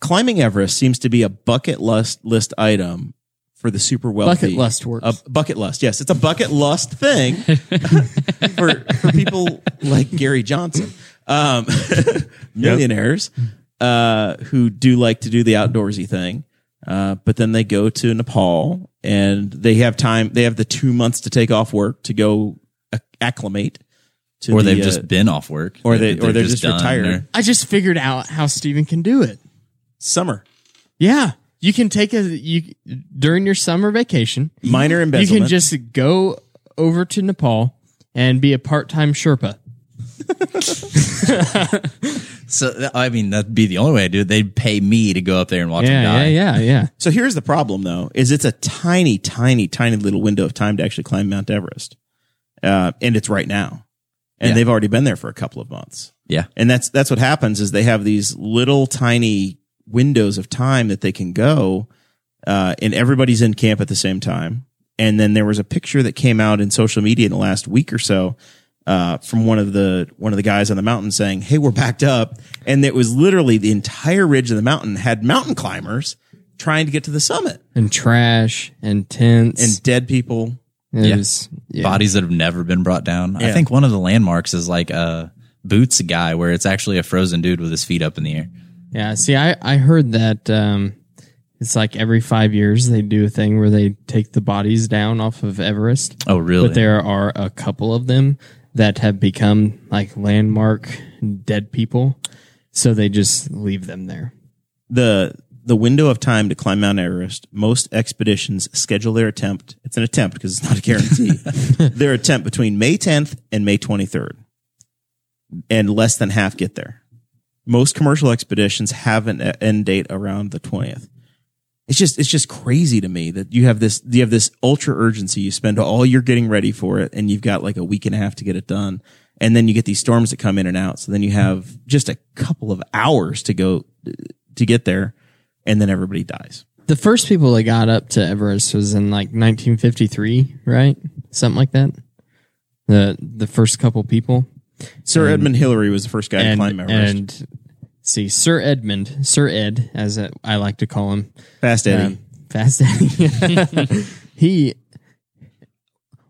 S1: climbing Everest seems to be a bucket list, list item for the super wealthy.
S2: Bucket lust works.
S1: A bucket lust. Yes, it's a bucket lust
S2: [LAUGHS]
S1: thing for for people like Gary Johnson, um, millionaires uh, who do like to do the outdoorsy thing. Uh, but then they go to Nepal and they have time. They have the two months to take off work to go acc- acclimate. To
S3: or
S1: the,
S3: they've
S1: uh,
S3: just been off work,
S1: or they or they're just,
S3: done,
S1: retired.
S3: or-
S2: I just figured out how Steven can do it.
S1: Summer
S2: Yeah, you can take a you during your summer vacation.
S1: minor
S2: You
S1: embezzlement.
S2: can just go over to Nepal and be a part-time Sherpa.
S3: So I mean, that'd be the only way I do it. They'd pay me to go up there and watch them
S2: yeah,
S3: die.
S2: yeah, yeah, yeah.
S1: So here's the problem, though, is it's a tiny, tiny, tiny little window of time to actually climb Mount Everest, uh, and it's right now, and
S3: Yeah.
S1: they've already been there for a couple of months,
S3: Yeah.
S1: and that's that's what happens is they have these little tiny windows of time that they can go, uh, and everybody's in camp at the same time. And then there was a picture that came out in social media in the last week or so uh, from one of the one of the guys on the mountain saying, "Hey, we're backed up," and it was literally the entire ridge of the mountain had mountain climbers trying to get to the summit
S2: [LAUGHS] And trash and tents.
S1: and dead people.
S2: It
S3: Yeah.
S2: was- yeah.
S3: Bodies that have never been brought down. I
S1: Yeah.
S3: think one of the landmarks is like a boots guy where it's actually a frozen dude with his feet up in the air.
S2: Yeah, see, I, I heard that um, it's like every five years they do a thing where they take the bodies down off of Everest.
S3: Oh, really?
S2: But there are a couple of them that have become like landmark dead people. So they just leave them there.
S1: the The window of time to climb Mount Everest. Most expeditions schedule their attempt. It's an attempt because it's not a guarantee. their attempt between May 10th and May 23rd, and less than half get there. Most commercial expeditions have an e- end date around the 20th. It's just it's just crazy to me that you have this you have this ultra urgency. You spend all you're getting ready for it, and you've got like a week and a half to get it done, and then you get these storms that come in and out. So then you have just a couple of hours to go uh, to get there, and then everybody dies.
S2: The first people that got up to Everest was in like 1953, right? Something like that. The the first couple people.
S1: Sir Edmund Hillary was the first guy to
S2: and,
S1: climb Everest.
S2: and see, Sir Edmund, Sir Ed, as I like to call him,
S1: Fast Eddie.
S2: Um, Fast Eddie. [LAUGHS] he,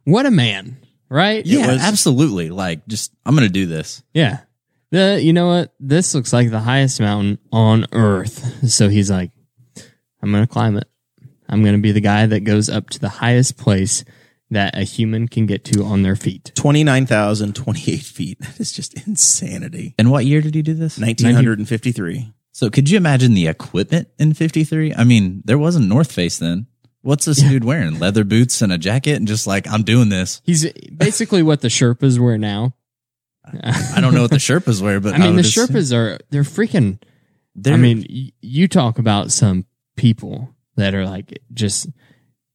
S2: what a man, right?
S3: yeah,
S1: was-
S3: absolutely. Like, just, I'm going to do this.
S2: Yeah. The, you know what? This looks like the highest mountain on earth. So he's like, I'm going to climb it. I'm going to be the guy that goes up to the highest place that a human can get to on their feet.
S1: 29,028 feet. [LAUGHS] That is just insanity.
S3: And what year did he do this?
S1: 1953.
S3: So could you imagine the equipment in 53? I mean, there wasn't North Face then. What's this dude wearing? Leather boots and a jacket and just like, I'm doing this.
S2: He's basically what the Sherpas were now.
S3: I
S2: [LAUGHS]
S3: don't know what the Sherpas wear, but
S2: I mean,
S3: would
S2: the
S3: assume-
S2: Sherpas are, they're freaking
S3: they're-
S2: I mean, y- you talk about some people that are like just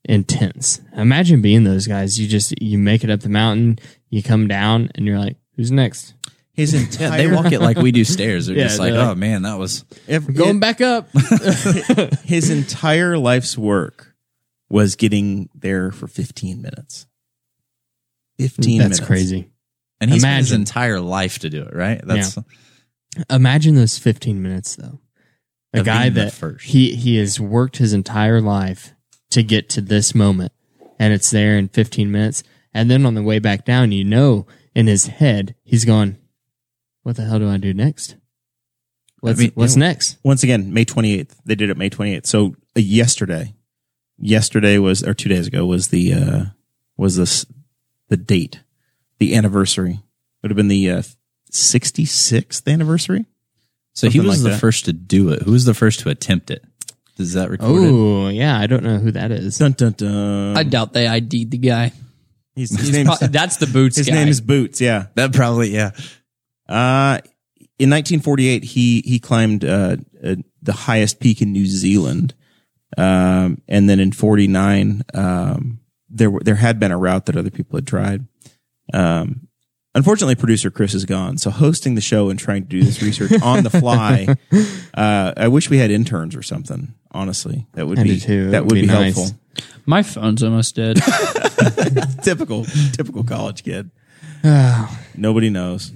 S2: intense. Imagine being those guys. You just you make it up the mountain, you come down, and you're like, "Who's next?
S1: His
S3: [LAUGHS] [LAUGHS] yeah, they
S1: entire [LAUGHS]
S3: walk it like we do stairs.
S2: [LAUGHS]
S3: They're
S2: Yeah,
S3: just like,
S2: they're
S3: oh man, that was
S1: ev-
S2: Going
S1: it-
S2: back up." [LAUGHS]
S1: his entire life's work was getting there for 15 minutes. 15 minutes.
S2: That's crazy.
S3: and he spent his
S2: Imagine.
S3: entire life to do it, right? That's
S2: Imagine those 15 minutes though. A
S3: Of
S2: guy
S3: being the
S2: that
S3: first.
S2: he he has worked his entire life to get to this moment, and it's there in 15 minutes. And then on the way back down, you know, in his head, he's going, "What the hell do I do next? What's
S3: mean,
S2: what's
S3: yeah.
S2: next?"
S1: Once again, May 28th. They did it May 28th. So uh, yesterday, yesterday was, or two days ago was the, uh, was this, the date, the anniversary. Would have been the uh, 66th anniversary.
S3: so he
S1: Something
S3: was
S1: like
S3: the
S1: that.
S3: first to do it. Who was the first to attempt it? Is that recorded?
S2: Oh yeah, I don't know who that is.
S1: Dun dun dun.
S4: I doubt they ID'd the guy.
S1: He's- his name's,
S4: Pro- that's the boots
S1: his
S4: guy.
S1: name is Boots. Yeah.
S3: That probably yeah.
S1: Uh, in 1948, he he climbed uh, uh, the highest peak in New Zealand, um, and then in 49, um, there were, there had been a route that other people had tried. Um, unfortunately, producer Chris is gone, so hosting the show and trying to do this research on the fly. Uh, I wish we had interns or something. Honestly, that would
S2: I do
S1: be
S2: too. It
S1: that would
S2: would
S1: be,
S2: be nice.
S1: helpful.
S4: My phone's
S1: [LAUGHS]
S4: almost dead.
S1: typical typical college kid. Nobody knows.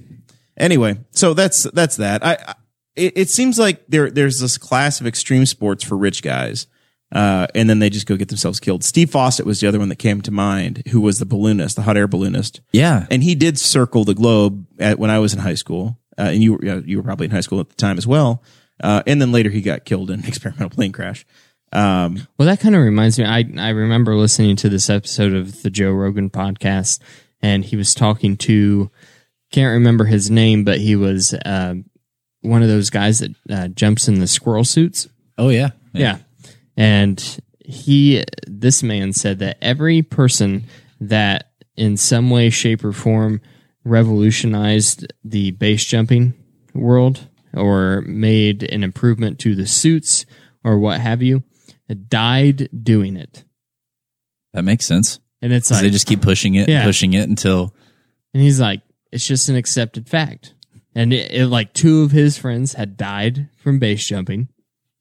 S1: Anyway, so that's that's that. I, I it, it seems like there there's this class of extreme sports for rich guys. Uh, and then they just go get themselves killed. Steve Fawcett was the other one that came to mind, who was the balloonist, the hot air balloonist,
S3: Yeah.
S1: and he did circle the globe at, when I was in high school, uh, and you were, you know, you were probably in high school at the time as well. Uh, and then later he got killed in [LAUGHS] an experimental plane crash. Um,
S2: Well, that kind of reminds me. I I remember listening to this episode of the Joe Rogan podcast, and he was talking to can't remember his name, but he was um one of those guys that uh, jumps in the squirrel suits.
S3: Oh yeah.
S2: Yeah. And he, this man said that every person that in some way, shape, or form revolutionized the base jumping world or made an improvement to the suits or what have you, died doing it.
S3: That makes sense.
S2: And it's
S3: 'Cause
S2: like
S3: they just keep pushing it,
S2: Yeah.
S3: and pushing it until
S2: And he's like, it's just an accepted fact. And it, it, like two of his friends had died from base jumping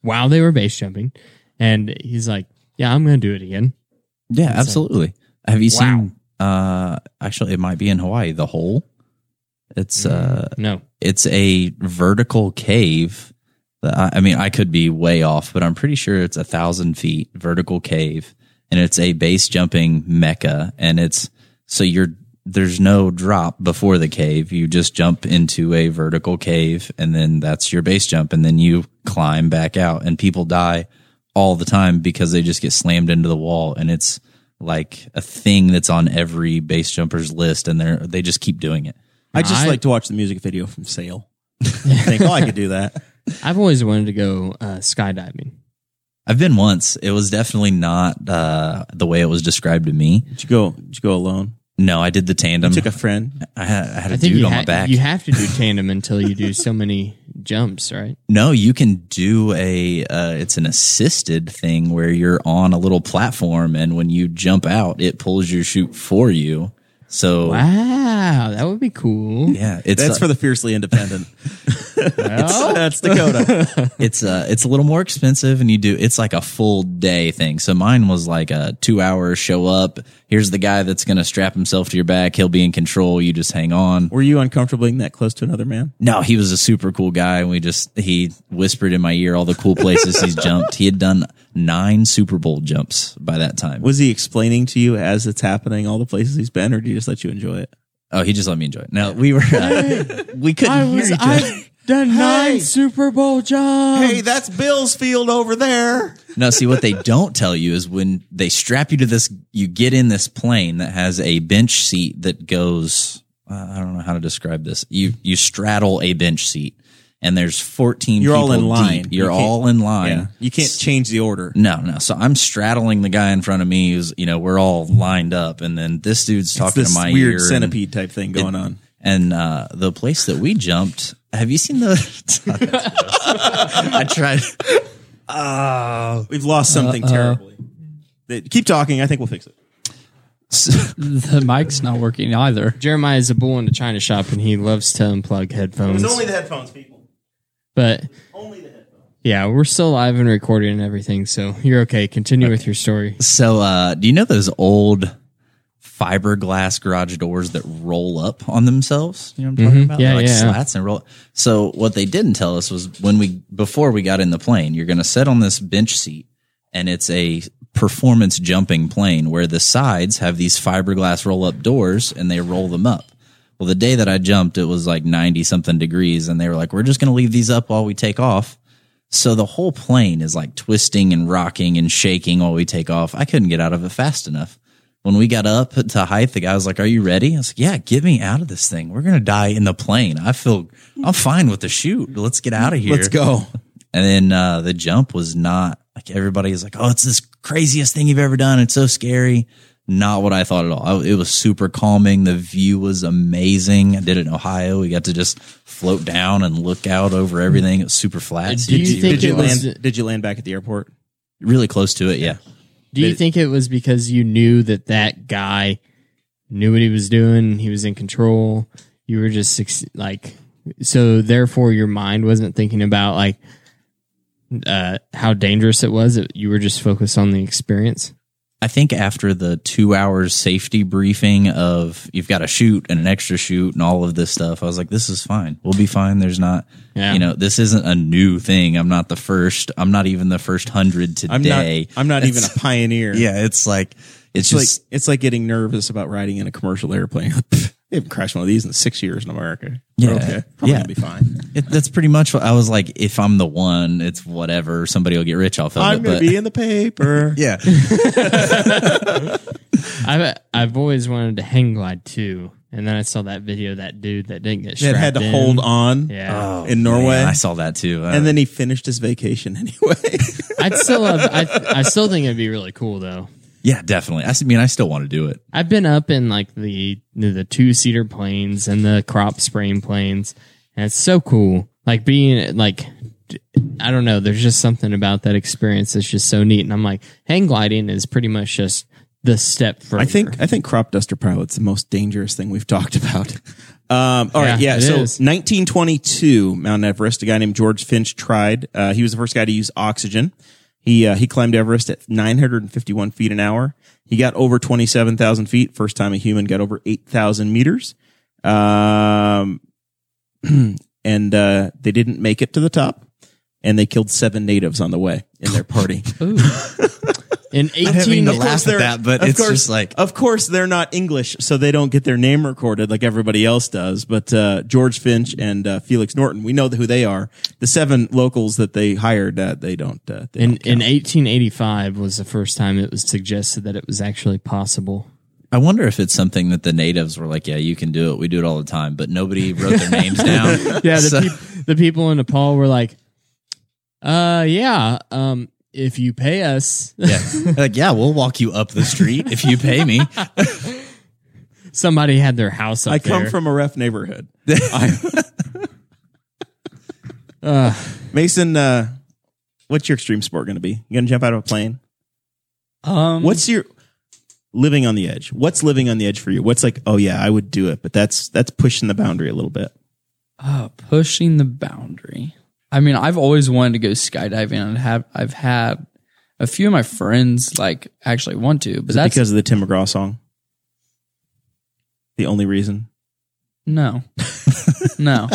S2: while they were base jumping. And he's like, yeah, I'm going to do it again.
S3: yeah, absolutely. Have you
S2: Wow.
S3: seen? Uh, actually, it might be in Hawaii. The hole. It's uh,
S2: No.
S3: it's a vertical cave. that I, I mean, I could be way off, but I'm pretty sure it's a thousand feet vertical cave, and it's a base jumping mecca. And it's so you're there's no drop before the cave. You just jump into a vertical cave, and then that's your base jump, and then you climb back out. And people die all the time because they just get slammed into the wall, and it's like a thing that's on every base jumper's list, and they're they just keep doing it.
S1: I just
S2: I-
S1: like to watch the music video from Sale. [LAUGHS] I think, oh, I could do that.
S2: I've always wanted to go uh, skydiving.
S3: I've been once. It was definitely not uh, the way it was described to me.
S1: Did you go? Did you go alone?
S3: No, I did the tandem.
S1: You took a friend.
S3: I had, I had a
S2: I think
S3: dude
S2: you,
S3: on
S2: ha-
S3: my back.
S2: you have to do tandem until you do so many jumps, right?
S3: no, you can do a. Uh, it's an assisted thing where you're on a little platform, and when you jump out, it pulls your chute for you. So
S2: Wow, that would be cool.
S3: yeah, it's
S1: That's
S3: uh,
S1: for the fiercely [LAUGHS] independent. That's Dakota.
S3: it's uh it's a little more expensive and you do it's like a full day thing so mine was like a two hour show up here's the guy that's gonna strap himself to your back he'll be in control you just hang on
S1: Were you uncomfortable being that close to another man?
S3: no he was a super cool guy and we just he whispered in my ear all the cool
S1: [LAUGHS]
S3: places he's jumped he had done nine super bowl jumps by that time
S1: Was he explaining to you as it's happening all the places he's been, or do you just let you enjoy it?
S3: oh he just let me enjoy it no we were uh, [LAUGHS] we couldn't hear each other.
S2: done
S1: nine
S2: Super Bowl jumps.
S1: that's Bill's field over there.
S3: No, see what they don't tell you is when they strap you to this, you get in this plane that has a bench seat that goes. I don't know how to describe this. You you straddle a bench seat, and there's 14.
S1: You're all
S3: people
S1: in line.
S3: deep. You're
S1: You can't-
S3: all in line.
S1: Yeah, you can't change the order.
S3: No, no. So I'm straddling the guy in front of me. Who's you know we're all lined up, and then this dude's
S1: It's
S3: talking
S1: this
S3: to my ear.
S1: weird
S3: and-
S1: centipede type thing going on.
S3: and uh, the place that we jumped, have you seen the? [LAUGHS] [LAUGHS] I tried. Oh.
S1: We've lost
S3: Uh,
S1: something terribly. They- Keep talking. I think we'll fix it.
S4: The mic's not working either.
S2: Jeremiah is a bull in a china shop, and he loves to unplug headphones.
S1: the headphones, people.
S2: but
S1: Only the headphones.
S2: Yeah, we're still live and recording and everything, so you're okay. Continue with your story.
S3: So, uh, do you know those old fiberglass garage doors that roll up on themselves? You know what I'm
S1: Mm-hmm.
S3: talking about?
S2: Yeah,
S3: They're like
S2: yeah, yeah.
S3: slats and roll. So, what they didn't tell us was when we before we got in the plane, you're going to sit on this bench seat, and it's a performance jumping plane where the sides have these fiberglass roll up doors, and they roll them up. Well, the day that I jumped, it was like 90 something degrees, and they were like, "We're just going to leave these up while we take off." So the whole plane is like twisting and rocking and shaking while we take off. I couldn't get out of it fast enough. When we got up to height, the guy was like, "Are you ready?" I was like, "Yeah, get me out of this thing. We're gonna die in the plane. I feel I'm fine with the shoot. Let's get out of here.
S1: Let's go.
S3: And then uh, the jump was not like everybody is like, "Oh, it's this craziest thing you've ever done. It's so scary." Not what I thought at all. I, it was super calming. The view was amazing. I did it in Ohio. We got to just float down and look out over everything. It was super flat.
S2: Did you think
S1: Did you
S2: it was-
S1: land? Did you land back at the airport?
S3: Really close to it, yeah.
S2: Do you think it was because you knew that that guy knew what he was doing? He was in control. You were just suc- like, so therefore your mind wasn't thinking about like uh, how dangerous it was. It, you were just focused on the experience.
S3: I think after the two hours safety briefing of you've got a shoot and an extra shoot and all of this stuff, I was like, this is fine. We'll be fine. There's not,
S2: Yeah.
S3: you know, this isn't a new thing. I'm not the first. I'm not even the first hundred today.
S1: I'm not. I'm not even a pioneer.
S3: yeah, it's like, it's,
S1: It's like
S3: just,
S1: it's like getting nervous about riding in a commercial airplane. [LAUGHS] they haven't crashed one of these in six years in America.
S3: Yeah.
S1: okay, probably
S3: Yeah.
S1: gonna be fine.
S3: it, that's pretty much what I was like. If I'm the one, it's whatever. Somebody will get rich off of
S1: I'm
S3: it.
S1: gonna
S3: [LAUGHS] But
S1: be in the paper.
S3: [LAUGHS] yeah,
S2: I've I've always wanted to hang glide too, and then I saw that video of that dude that didn't get
S1: that
S2: strapped
S1: had to
S2: in.
S1: hold on.
S2: Yeah.
S1: in Norway.
S3: Oh, Man, I saw that too. Uh,
S1: and then he finished his vacation [LAUGHS] anyway.
S2: I'd still love, I I still think it'd be really cool though.
S3: yeah, definitely. I s- mean, I still want to do it.
S2: I've been up in like the the two seater planes and the crop spraying planes, and it's so cool. like being like I don't know. There's just something about that experience that's just so neat. And I'm like, hang gliding is pretty much just the step further.
S1: I think I think crop duster pilot's the most dangerous thing we've [LAUGHS] talked about. Um, all right, yeah.
S2: Yeah, it
S1: So
S2: is.
S1: 1922, Mount Everest. A guy named George Finch tried. Uh, he was the first guy to use oxygen. He uh, he climbed Everest at 951 feet an hour. He got over 27,000 feet. First time a human got over 8,000 meters. Um, [CLEARS THROAT] and uh, they didn't make it to the top. And they killed seven natives on the way in their party.
S2: in
S3: having
S2: 18
S3: to laugh at
S1: they're-
S3: that, but
S1: of
S3: it's
S1: course-
S3: just like
S1: of course they're not English, so they don't get their name recorded like everybody else does. But uh, George Finch and uh, Felix Norton, we know who they are. The seven locals that they hired, uh, they don't. Uh, they
S2: in,
S1: don't
S2: in
S1: count.
S2: 1885 was the first time it was suggested that it was actually possible.
S3: I wonder if it's something that the natives were like, yeah, you can do it. We do it all the time, but nobody wrote their
S1: [LAUGHS]
S3: names down.
S2: Yeah, the,
S3: So-
S2: peop- the people in Nepal were like, uh, yeah, um, if you pay us, [LAUGHS]
S3: yeah, They're like yeah, we'll walk you up the street if you pay me.
S2: somebody had their house up
S1: I come
S2: there.
S1: from a rough
S3: [LAUGHS]
S1: neighborhood. I- [LAUGHS] Mason, uh, what's your extreme sport going to be? You going to jump out of a plane?
S4: Um,
S1: What's your living on the edge? What's living on the edge for you? What's like? Oh yeah, I would do it, but that's that's pushing the boundary a little bit.
S4: uh, pushing the boundary? I mean, I've always wanted to go skydiving, and have I've had a few of my friends like actually want to, but
S1: Is it
S4: that's
S1: because of the Tim McGraw song? The only reason? [LAUGHS]
S4: no, no.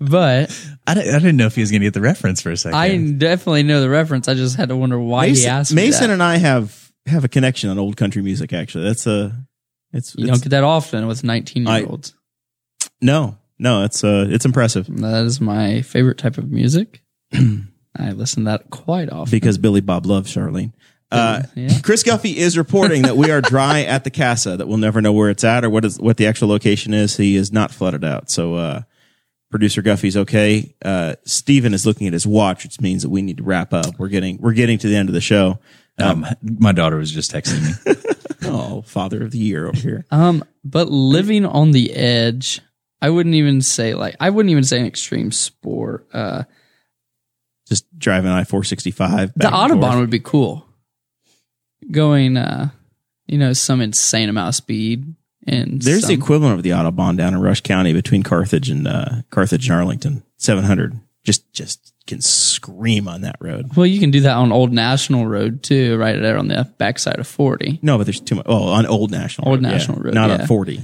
S4: But
S3: I, don't- I didn't know if he was going to get the reference for a second.
S4: I definitely know the reference. I just had to wonder why he asked. me
S1: Mason
S4: that.
S1: and I have have a connection on old country music. Actually, that's a it's,
S4: you
S1: it's-
S4: don't get that often with nineteen
S1: I-
S4: year olds.
S1: no no it's uh it's impressive
S4: That is my favorite type of music. [CLEARS THROAT] I listen to that quite often.
S1: because Billy Bob loves Charlene. Uh,
S4: Yeah.
S1: Chris Guffey is reporting that we are dry at the casa. That we'll never know where it's at or what is what the actual location is. He is not flooded out. So uh, producer Guffey's okay. Uh, Steven is looking at his watch, which means that we need to wrap up. We're getting we're getting to the end of the show.
S3: um, my daughter was just texting me.
S1: Oh, father of the year over here.
S4: Um, but living on the edge, I wouldn't even say like I wouldn't even say an extreme sport. Uh,
S1: just driving I four sixty five.
S4: the Autobahn would be cool. Going, uh, you know, some insane amount of speed and
S1: There's the
S4: some-
S1: equivalent of the autobahn down in Rush County between Carthage and uh, Carthage and Arlington. Seven hundred. Just just can scream on that road.
S4: well, you can do that on Old National Road too, right there on the backside of forty.
S1: No, but there's too much. Oh, on Old National.
S4: Old
S1: Road, yeah.
S4: National Road,
S1: Not
S4: yeah.
S1: on forty.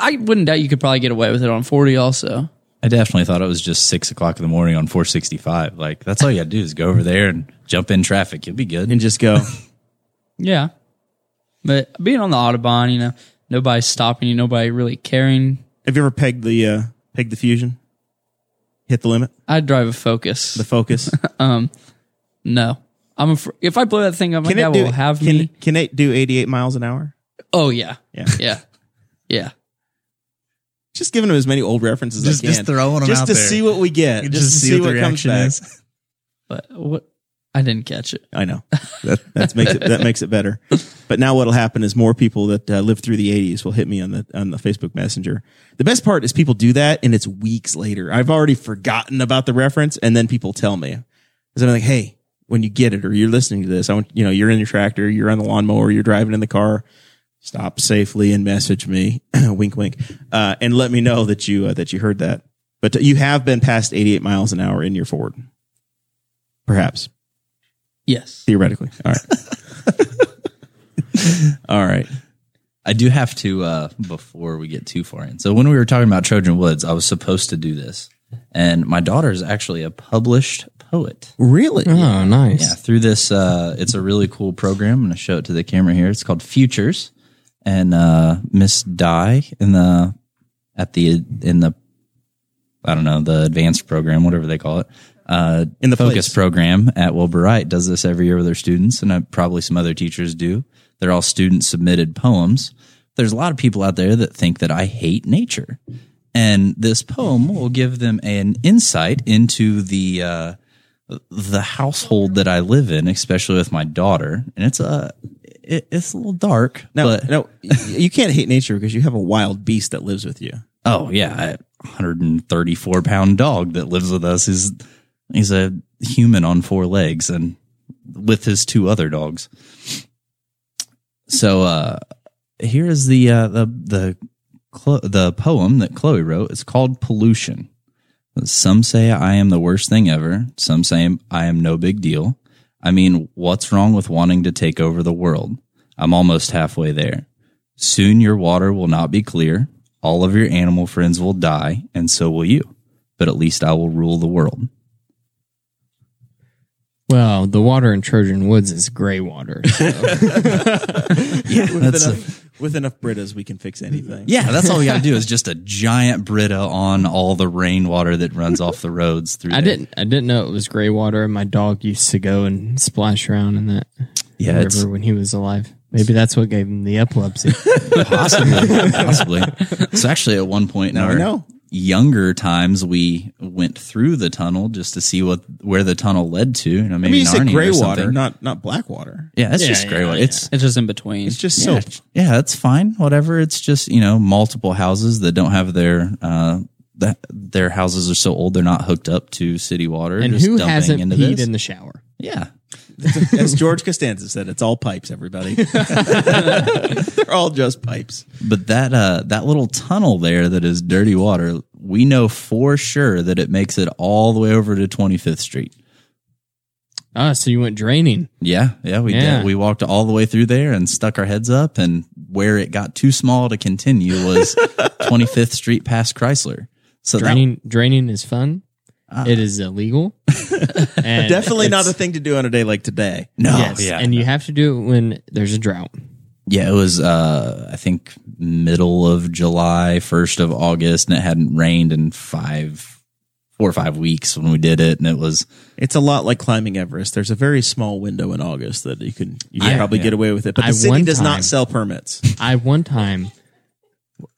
S4: I wouldn't doubt you could probably get away with it on forty also.
S3: I definitely thought it was just six o'clock in the morning on 465. Like, that's all you got to do is go over there and jump in traffic. You'll be good.
S1: And just go. [LAUGHS]
S4: Yeah. But being on the Autobahn, you know, nobody's stopping you, nobody really caring.
S1: Have you ever pegged the uh, pegged the fusion? Hit the limit.
S4: I drive a Focus.
S1: The
S4: [LAUGHS]
S1: focus.
S4: no. I'm afr- if I blow that thing up, my
S1: Can
S4: dad
S1: it do?
S4: will have
S1: can,
S4: me.
S1: can it do eighty eight miles an hour?
S4: Oh yeah.
S1: Yeah.
S4: [LAUGHS] Yeah. Yeah.
S1: Just giving him as many old references
S3: Just-
S1: as I
S3: just
S1: can.
S3: throwing 'em
S1: just
S3: out
S1: to
S3: there.
S1: see what we get. Just, to see, what, comes back.
S3: is.
S4: But what I didn't catch it.
S1: I know that that's makes it that makes it better. But now what'll happen is more people that uh, lived through the '80s will hit me on the on the Facebook Messenger. The best part is people do that, and it's weeks later. I've already forgotten about the reference, and then people tell me, "Cause I'm like, hey, when you get it, or you're listening to this, I want you know, you're in your tractor, you're on the lawnmower, you're driving in the car." Stop safely and message me, [CLEARS THROAT] wink, wink, uh, and let me know that you uh, that you heard that. But you have been past 88 miles an hour in your Ford, perhaps.
S4: Yes.
S1: Theoretically. All [LAUGHS] right. All right.
S3: I do have to, uh, before we get too far in. So, when we were talking about Trojan Woods, I was supposed to do this. And my daughter is actually a published poet.
S1: Really?
S2: Oh, nice.
S3: Yeah, through this, uh, it's a really cool program. I'm going to show it to the camera here. It's called Futures, and uh, Miss Di in the at the in the I don't know the advanced program, whatever they call it, uh,
S1: In the
S3: focus
S1: place.
S3: program at Wilbur Wright does this every year with their students, and uh, probably some other teachers do. They're all student submitted poems. There's a lot of people out there that think that I hate nature, and this poem will give them an insight into the. Uh, the household that I live in, especially with my daughter, and it's a it, it's a little dark.
S1: No,
S3: but
S1: no, y- you can't hate nature because you have a wild beast that lives with you.
S3: oh yeah, 134 pound dog that lives with us is he's a human on four legs and with his two other dogs. So uh here is the uh the the Chlo- the poem that Chloe wrote. It's called Pollution. Some say I am the worst thing ever. Some say I am no big deal. I mean, what's wrong with wanting to take over the world? I'm almost halfway there. Soon your water will not be clear. All of your animal friends will die, and so will you. But at least I will rule the world.
S2: Well, the water in Trojan Woods is gray water.
S3: Yeah,
S1: With enough, with enough Britas, we can fix anything.
S3: yeah, that's all we got to do is just a giant Brita on all the rainwater that runs off the roads through. [LAUGHS]
S2: I
S3: there.
S2: didn't. I didn't know it was gray water. My dog used to go and splash around in that
S3: Yeah, it's-
S2: river when he was alive. Maybe that's what gave him the
S3: [LAUGHS]
S2: epilepsy.
S3: possibly, possibly. So actually, at one point in
S1: Now I
S3: our
S1: know.
S3: younger times, we went through the tunnel just to see what where the tunnel led to. And I
S1: I mean, you
S3: mean,
S1: say gray water, not
S3: Not-
S1: not black water.
S3: yeah, it's
S2: Yeah,
S3: just gray
S2: yeah,
S3: water.
S2: yeah.
S3: It's
S4: It's just in between.
S1: It's just
S3: yeah,
S1: soap.
S3: yeah, that's fine. Whatever. It's just you know multiple houses that don't have their uh that their houses are so old they're not hooked up to city water.
S2: and
S3: just
S2: who
S3: dumping
S2: hasn't
S3: into
S2: peed
S3: this.
S2: in the shower?
S3: yeah.
S1: [LAUGHS] As George Costanza said, it's all pipes, [LAUGHS] everybody. They're all just pipes.
S3: But that uh that little tunnel there that is dirty water, we know for sure that it makes it all the way over to 25th Street.
S2: Ah, so you went draining.
S3: Yeah, yeah, we
S2: Yeah.
S3: did. We walked all the way through there and stuck our heads up and where it got too small to continue
S2: [LAUGHS]
S3: was 25th Street past Chrysler. So that- Ah.
S2: Draining. draining is fun. it is
S3: [LAUGHS]
S2: illegal. And
S1: Definitely not a
S2: it's-
S1: thing to do on a day like today.
S3: no,
S2: Yes,
S3: Oh, yeah.
S2: and you have to do it when there's a drought.
S3: yeah, it was uh I think middle of July, 1st of August and it hadn't rained in 5 4 or 5 weeks when we did it and it was
S1: It's a lot like climbing Everest. There's a very small window in August that you can you can
S2: I-
S1: probably get away with it. But
S2: I-
S1: the city
S2: one
S1: does
S2: time-
S1: not sell permits.
S2: I one time,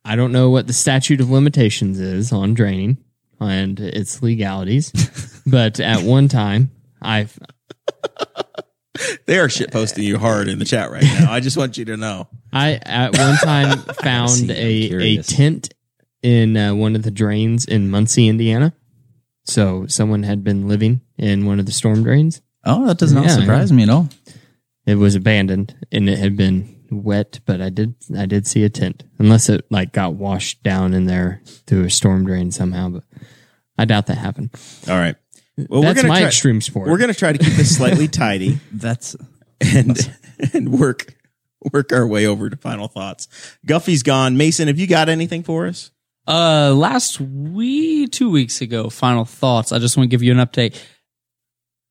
S2: I don't know what the statute of limitations is on draining and its legalities,
S3: [LAUGHS]
S2: but at one time, I
S1: They are shitposting you hard in the chat right now. I just want you to know.
S2: I at
S3: [LAUGHS]
S2: one time found
S3: See, I'm
S2: a a
S3: curious.
S2: tent in uh, one of the drains in Muncie, Indiana. So someone had been living in one of the storm drains.
S3: Oh, that does not
S2: Yeah,
S3: surprise me at all.
S2: It was abandoned and it had been wet, but I did I did see a tent. Unless it like got washed down in there through a storm drain somehow, but I doubt that happened.
S1: All right. Well,
S2: That's my
S1: try,
S2: extreme sport.
S1: We're going to try to keep this slightly tidy
S3: That's
S1: and and work work our way over to final thoughts. Guffey's gone. Mason, have you got anything for us?
S4: Uh, last week, two weeks ago, final thoughts. I just want to give you an update.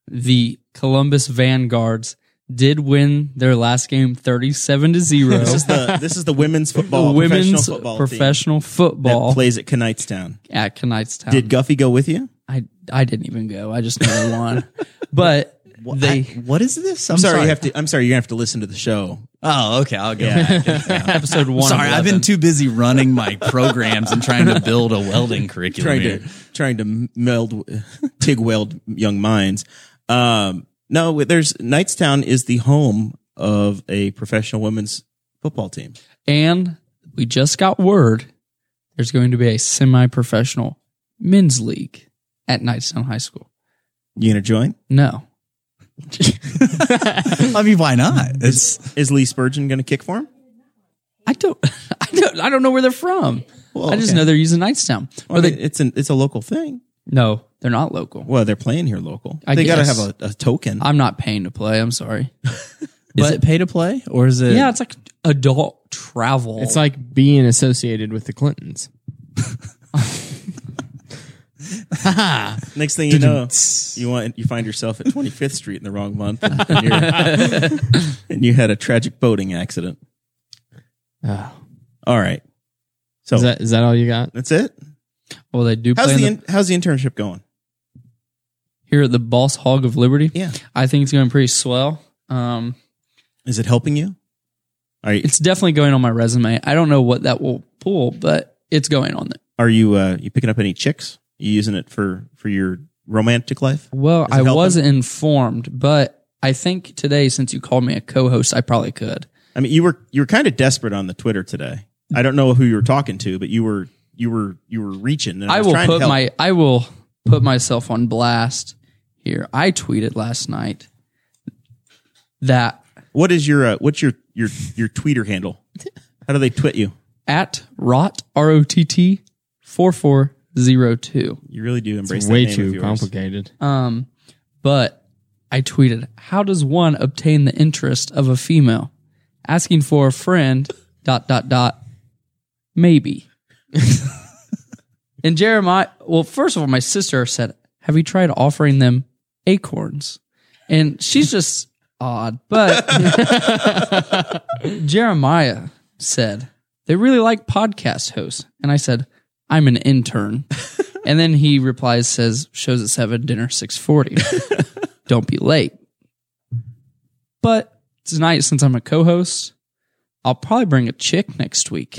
S4: The Columbus Vanguards did win their last game, thirty-seven
S1: [LAUGHS]
S4: to zero.
S1: This is the this is the women's
S4: The
S1: football professional
S4: women's
S1: football
S4: professional Um,
S1: team
S4: football
S1: that plays at Knightstown.
S4: at Knightstown.
S1: Did Guffey go with you?
S4: I? I didn't even go. I just know
S1: [LAUGHS]
S4: they won. but they
S3: what is this?
S1: I'm sorry, you have to. I'm sorry, you're gonna have to listen to the show.
S3: oh, okay. I'll
S2: [LAUGHS]
S3: go.
S4: episode one.
S3: Sorry, I've been
S4: 11.
S3: too busy running [LAUGHS] my programs and trying to build a welding curriculum.
S1: trying
S3: here.
S1: to trying to meld [LAUGHS] TIG weld young minds. Um, no, there's Knightstown is the home of a professional women's football team.
S4: And we just got word there's going to be a semi-professional men's league at Knightstown High School.
S1: You gonna join?
S4: No,
S3: I mean, why not? It's
S1: Is Lee Spurgeon gonna kick for him?
S4: I don't. [LAUGHS] I don't. I don't know where they're from.
S1: Well,
S4: I just
S1: okay.
S4: know they're using Knightstown.
S1: Well,
S4: Or they,
S1: it's an it's a local thing.
S4: no, they're not local.
S1: Well, they're playing here local.
S4: I
S1: they gotta
S4: guess.
S1: have a, a token.
S4: I'm not paying to play. I'm sorry.
S3: is it pay to play or is it?
S4: yeah, it's like adult travel.
S2: It's like being associated with the Clintons.
S1: Next thing you know, you want you find yourself at 25th Street in the wrong month, and, and you're- [LAUGHS] and you had a tragic boating accident. All right, so
S2: Is that is that all you got?
S1: that's it.
S4: well, they do
S1: How's
S4: play in
S1: the,
S4: the,
S1: in, how's the internship going?
S4: here at the Boss Hog of Liberty.
S1: Yeah.
S4: I think it's going pretty swell. Um,
S1: Is it helping you? Are you,
S4: it's definitely going on my resume. I don't know what that will pull, but it's going on there.
S1: are you uh, you picking up any chicks? you using it for for your romantic life?
S4: Well,
S1: Is it
S4: I
S1: helping?
S4: wasn't informed, but I think today, since you called me a co-host, I probably could.
S1: I mean, you were you were kind of desperate on the Twitter today. I don't know who you were talking to, but you were you were you were reaching. And I,
S4: I
S1: was
S4: will
S1: trying to
S4: put
S1: help.
S4: my I will put myself on blast here. I tweeted last night that
S1: What is your uh, what's your your your tweeter handle? How do they twit you?
S4: at rot r o t t four four zero two.
S1: You really do embrace
S2: It's
S1: that
S2: way
S1: name of
S2: too
S1: yours.
S2: complicated.
S4: Um, but I tweeted, "How does one obtain the interest of a female? Asking for a friend." Dot dot dot. Maybe. and Jeremiah. Well, first of all, my sister said, "Have you tried offering them acorns?" And she's just odd, but Jeremiah said they really like podcast hosts, and I said, "I'm an intern." And then he replies, says, "Shows at seven, dinner six forty. Don't be late." But tonight, since I'm a co-host, I'll probably bring a chick next
S1: [LAUGHS]
S4: week,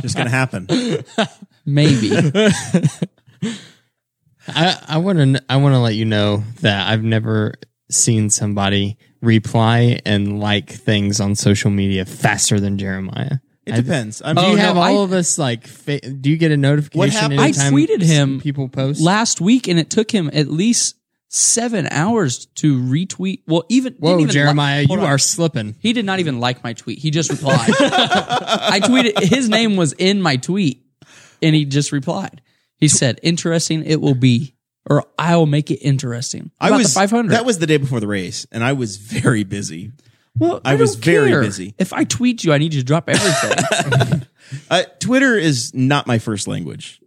S1: Just gonna
S4: [LAUGHS]
S1: happen.
S4: maybe.
S2: I, I want to I want to let you know that I've never seen somebody reply and like things on social media faster than Jeremiah.
S1: It depends. I mean,
S2: Do you
S4: Oh, no,
S2: have
S4: I-
S2: all of us like? Fa- do you get a notification?
S1: happened-
S2: anytime
S4: I tweeted him
S2: People post.
S4: last week, and it took him at least seven hours to retweet. Well, even didn't
S2: Whoa,
S4: even li-
S2: Jeremiah,
S4: Hold
S2: you
S4: on.
S2: are slipping.
S4: He did not even like my tweet. He just
S1: [LAUGHS]
S4: replied. I tweeted his name was in my tweet and he just replied. He said, "Interesting it will be or I'll make it interesting."
S1: I
S4: About
S1: was
S4: the 500.
S1: That was the day before the race, and I was very busy.
S4: well,
S1: I was
S4: don't
S1: very
S4: care.
S1: busy.
S4: If I tweet you, I need you to
S1: [LAUGHS]
S4: drop everything.
S1: Uh, Twitter is not my first language.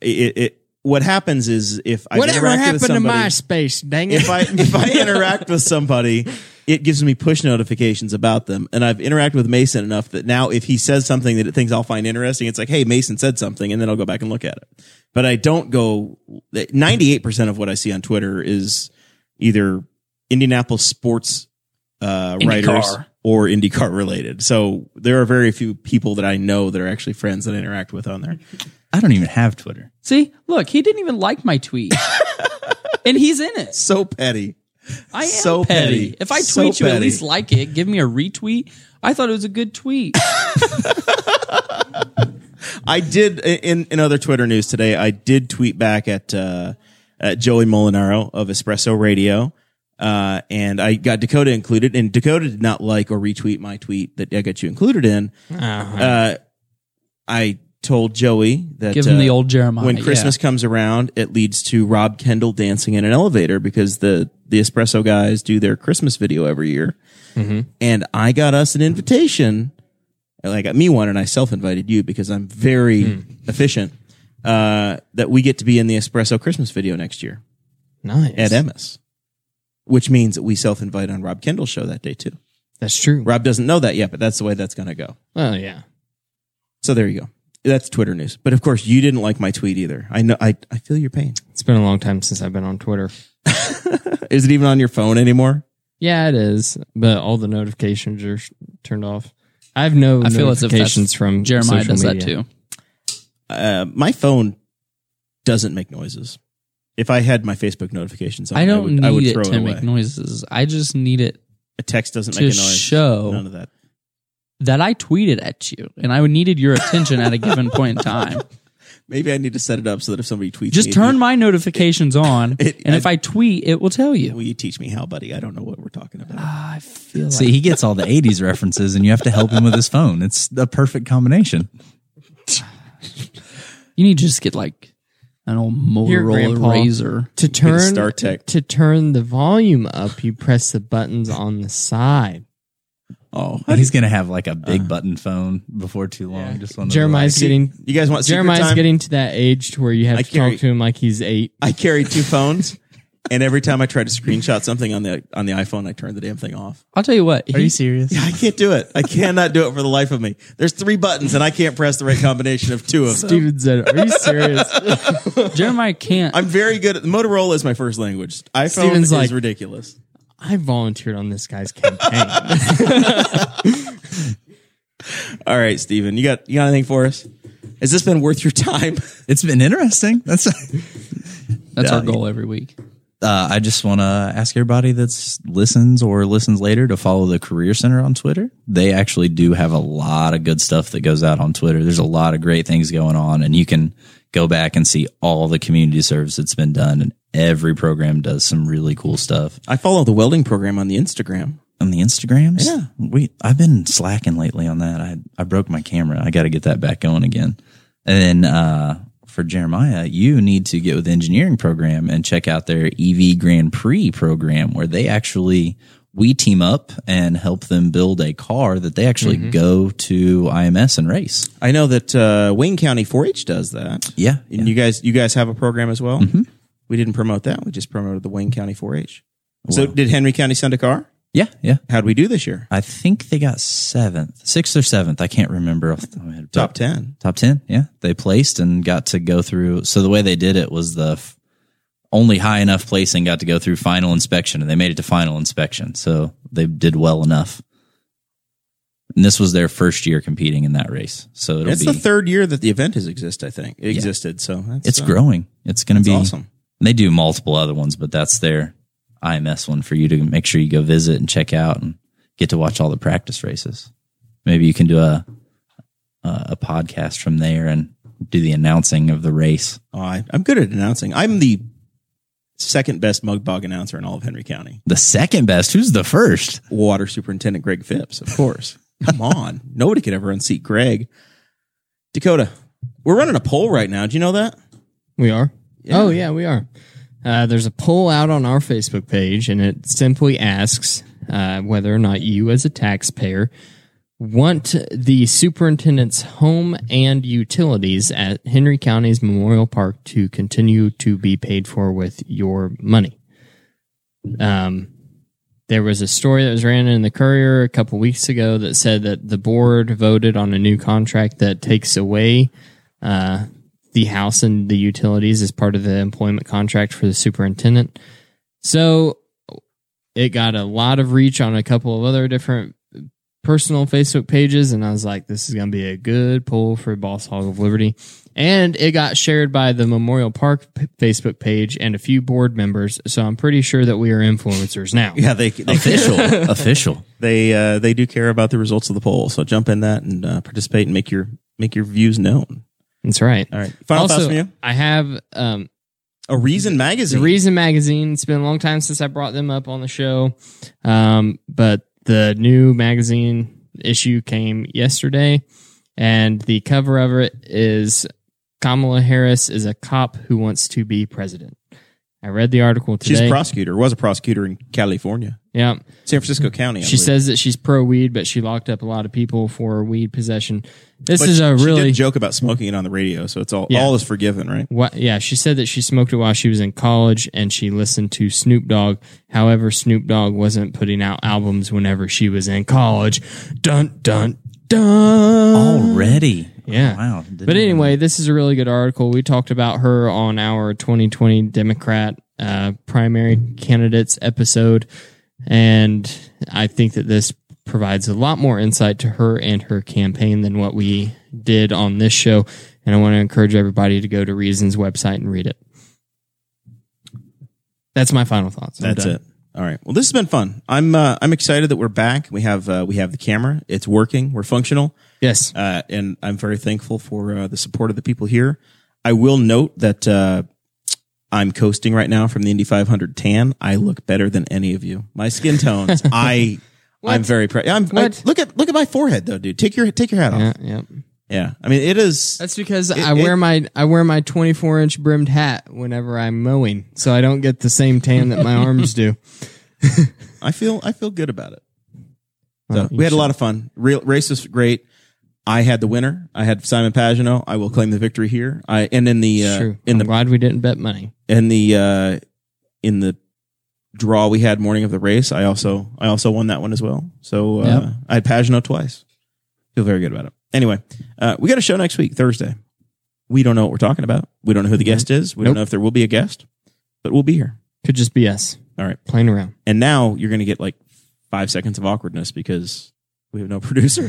S1: It, it what happens is if I
S2: Whatever
S1: interact
S2: happened
S1: with
S2: to
S1: somebody,
S2: MySpace? Dang it!
S1: if [LAUGHS] I if I interact with somebody, it gives me push notifications about them. And I've interacted with Mason enough that now if he says something that it thinks I'll find interesting, it's like, hey, Mason said something, and then I'll go back and look at it. But I don't go. Ninety eight percent of what I see on Twitter is either Indianapolis sports uh, writers or IndyCar related. So there are very few people that I know that are actually friends that I interact with on there.
S3: I don't even have Twitter.
S4: See? Look, he didn't even like my
S1: [LAUGHS]
S4: tweet. and he's in it.
S1: So petty.
S4: I am
S1: So petty.
S4: If I tweet
S1: So
S4: you, at
S1: petty.
S4: least like it. Give me a retweet. I thought it was a
S1: [LAUGHS]
S4: good tweet.
S1: I did in in other Twitter news today. I did tweet back at uh, at Joey Molinaro of Espresso Radio, uh, and I got Dakota included. And Dakota did not like or retweet my tweet that I got you included in. Uh, I told Joey that
S4: Give him the
S1: uh,
S4: old Jeremiah.
S1: when
S4: yeah.
S1: Christmas comes around, it leads to Rob Kendall dancing in an elevator because the the espresso guys do their Christmas video every year, and I got us an invitation. and I got me one, and I self invited you because I'm very efficient. Uh, that we get to be in the espresso Christmas video next year
S2: nice.
S1: at Emmis, which means that we self invite on Rob Kendall's show that day too.
S2: That's true.
S1: Rob doesn't know that yet, but that's the way that's going to go.
S2: Oh yeah.
S1: So there you go. That's Twitter news. But of course, you didn't like my tweet either. I know. I, I feel your pain.
S2: It's been a long time since I've been on Twitter.
S1: Is it even on your phone anymore?
S2: Yeah, it is. But all the notifications are sh- turned off. I have no
S4: I feel as if that's-
S2: notifications from
S4: Jeremiah
S2: social
S4: does that
S2: media.
S4: too.
S1: Uh, my phone doesn't make noises. If I had my Facebook notifications on,
S4: I don't
S1: would,
S4: need
S1: I would
S4: it
S1: throw
S4: to
S1: it away.
S4: make noises. I just need it
S1: a text doesn't
S4: to
S1: make a noise.
S4: show
S1: None of that.
S4: that I tweeted at you and I needed your attention at a given point
S1: [LAUGHS]
S4: in time.
S1: Maybe I need to set it up so that if somebody tweets,
S4: Just
S1: me,
S4: turn my notifications on,
S1: [LAUGHS] it-
S4: and if I tweet, it will tell you.
S1: Will you teach me how, buddy? I don't know what we're talking about.
S4: I feel like
S3: See, he gets all the 80s references and you have to help him with his phone. It's the perfect combination.
S4: you need to just get like an old
S2: Here,
S4: Motorola
S2: Grandpa.
S4: razor.
S2: To turn
S1: StarTech.
S2: to turn the volume up, you press the buttons on the side.
S1: Oh,
S3: He's going to have like a big button phone before too long. Just one of the
S2: Jeremiah's
S3: like-
S2: getting
S1: you guys want secret
S2: Jeremiah's
S1: time?
S2: getting to that age to where you have
S1: I
S2: to
S1: carry-
S2: talk to him like he's eight.
S1: I carry two phones, [LAUGHS] and every time I try to screenshot something on the on the iPhone, I turn the damn thing off.
S4: I'll tell you what. he-
S2: serious?
S1: I can't do it. I cannot do it for the life of me. There's three buttons, and I can't press the right combination of two of them.
S2: [LAUGHS] Steven said, "Are you serious?"
S4: Jeremiah can't.
S1: I'm very good at Motorola is my first language. iPhone
S2: Steven's
S1: is
S2: like-
S1: ridiculous.
S2: [LAUGHS] I volunteered on this guy's campaign.
S1: All right, Steven, you got you got anything for us? Has this been worth your time?
S3: It's been interesting. That's [LAUGHS]
S4: that's
S3: Yeah.
S4: our goal every week.
S3: uh, I just want to ask everybody that's listens or listens later to follow the Career Center on Twitter. They actually do have a lot of good stuff that goes out on Twitter. There's a lot of great things going on, and you can go back and see all the community service that's been done. And every program does some really cool stuff
S1: [LAUGHS] I follow the welding program on the Instagram.
S3: on the Instagrams. Yeah, we I've been slacking lately on that. I I broke my camera. I got to get that back going again. And then uh, for Jeremiah, you need to get with the engineering program and check out their EV Grand Prix program, where they actually we team up and help them build a car that they actually go to IMS and race.
S1: I know that uh, Wayne County 4-H does that.
S3: Yeah,
S1: and you guys you guys have a program as well.
S2: Mm-hmm.
S1: We didn't promote that. We just promoted the Wayne County 4-H. So did Henry County send a car?
S3: Yeah, yeah.
S1: How'd we do this year?
S3: I think they got seventh, sixth or seventh. I can't remember off the top of my head. but-
S1: Top ten.
S3: Top 10. Yeah. They placed and got to go through. So the way they did it was the f- only high enough placing got to go through final inspection and they made it to final inspection. So they did well enough. And this was their first year competing in that race. So it'll
S1: It's
S3: be,
S1: the third year that the event has exist. I think it existed. So that's,
S3: it's
S1: uh,
S3: growing. It's going to
S1: It's
S3: be
S1: awesome.
S3: and They do multiple other ones, but that's their IMS one for you to make sure you go visit and check out and get to watch all the practice races. Maybe you can do a a, a podcast from there and do the announcing of the race.
S1: Oh, I, I'm good at announcing. I'm the second best mug bog announcer in all of Henry County.
S3: The second best. Who's the first?
S1: Water Superintendent Greg Phipps, of course. [LAUGHS] Come on, nobody could ever unseat Greg. Dakota, we're running a poll right now. Do you know that?
S2: We are. Oh yeah, we are. Uh, there's a poll out on our Facebook page, and it simply asks uh, whether or not you, as a taxpayer, want the superintendent's home and utilities at Henry County's Memorial Park to continue to be paid for with your money. Um, there was a story that was ran in the Courier a couple weeks ago that said that the board voted on a new contract that takes away uh, the house and the utilities as part of the employment contract for the superintendent. So it got a lot of reach on a couple of other different personal Facebook pages, and I was like, this is going to be a good poll for Boss Hog of Liberty. And it got shared by the Memorial Park p- Facebook page and a few board members. So I'm pretty sure that we are influencers
S1: [LAUGHS]
S2: now.
S1: Yeah, they they [LAUGHS]
S3: Official. official.
S1: they uh, they do care about the results of the poll. So jump in that and uh, participate and make your make your views known.
S2: That's right.
S1: All right, final thoughts from you.
S2: I have um,
S1: A Reason magazine.
S2: The Reason magazine. It's been a long time since I brought them up on the show, um, but the new magazine issue came yesterday, and the cover of it is Kamala Harris is a cop who wants to be president. I read the article today.
S1: She's a prosecutor. Was a prosecutor in California,
S2: yeah,
S1: San Francisco County. I
S2: she
S1: believe.
S2: says that she's pro weed, but she locked up a lot of people for weed possession. This
S1: But
S2: is a
S1: she- she did
S2: really
S1: joke about smoking it on the radio. So it's all
S2: Yeah.
S1: all is forgiven, right?
S2: What? Yeah, she said that she smoked it while she was in college, and she listened to Snoop Dogg. However, Snoop Dogg wasn't putting out albums whenever she was in college. Dun dun dun.
S3: Already.
S2: Uh, Yeah.
S3: Wow. Didn't
S2: But
S3: even-
S2: anyway, this is a really good article. We talked about her on our 2020 Democrat uh, primary candidates episode. And I think that this provides a lot more insight to her and her campaign than what we did on this show. And I want to encourage everybody to go to Reason's website and read it. That's my final thoughts. I'm
S1: That's
S2: done.
S1: it. All right. Well, this has been fun. I'm uh, I'm excited that we're back. We have uh, we have the camera. It's working. We're functional.
S2: Yes.
S1: uh, and I'm very thankful for uh, the support of the people here. I will note that uh, I'm coasting right now from the Indy 500 tan. I look better than any of you. My skin
S2: [LAUGHS]
S1: tones, I, I'm very proud. I'm I-
S2: What?
S1: look at look at my forehead though, dude. Take your take your hat off.
S2: Yeah,
S1: Yeah,
S2: yeah.
S1: I mean it is.
S2: That's because
S1: It-
S2: I wear
S1: it-
S2: my I wear my 24 inch brimmed hat whenever I'm mowing, so I don't get the same tan that my
S1: [LAUGHS]
S2: arms do.
S1: I feel I feel good about it. So
S2: Well, you
S1: we had a lot of fun. Real race was great. I had the winner. I had Simon Pagino. I will claim the victory here. I and in the
S2: It's
S1: uh,
S2: true.
S1: in
S2: I'm
S1: the
S2: glad we didn't bet money.
S1: in the uh in the draw we had morning of the race i also i also won that one as well so uh,
S4: Yep.
S1: i had pagano twice feel very good about it anyway uh we got a show next week thursday we don't know what we're talking about we don't know who the guest is we don't
S2: Mm-hmm. Nope.
S1: know if there will be a guest but we'll be here
S2: Could just be us.
S1: All right.
S2: playing around.
S1: and now you're gonna get like five seconds of awkwardness because we have no [LAUGHS] producer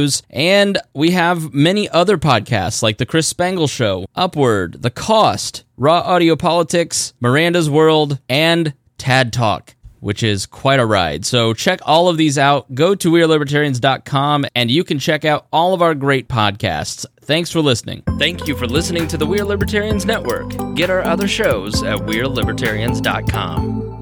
S6: And we have many other podcasts like The Chris Spangle Show, Upward, The Cost, Raw Audio Politics, Miranda's World, and Tad Talk. Which is quite a ride. So check all of these out. Go to WeareLibertarians.com and you can check out all of our great podcasts. Thanks for listening. Thank you for listening to the We're Libertarians Network. Get our other shows at WeareLibertarians.com.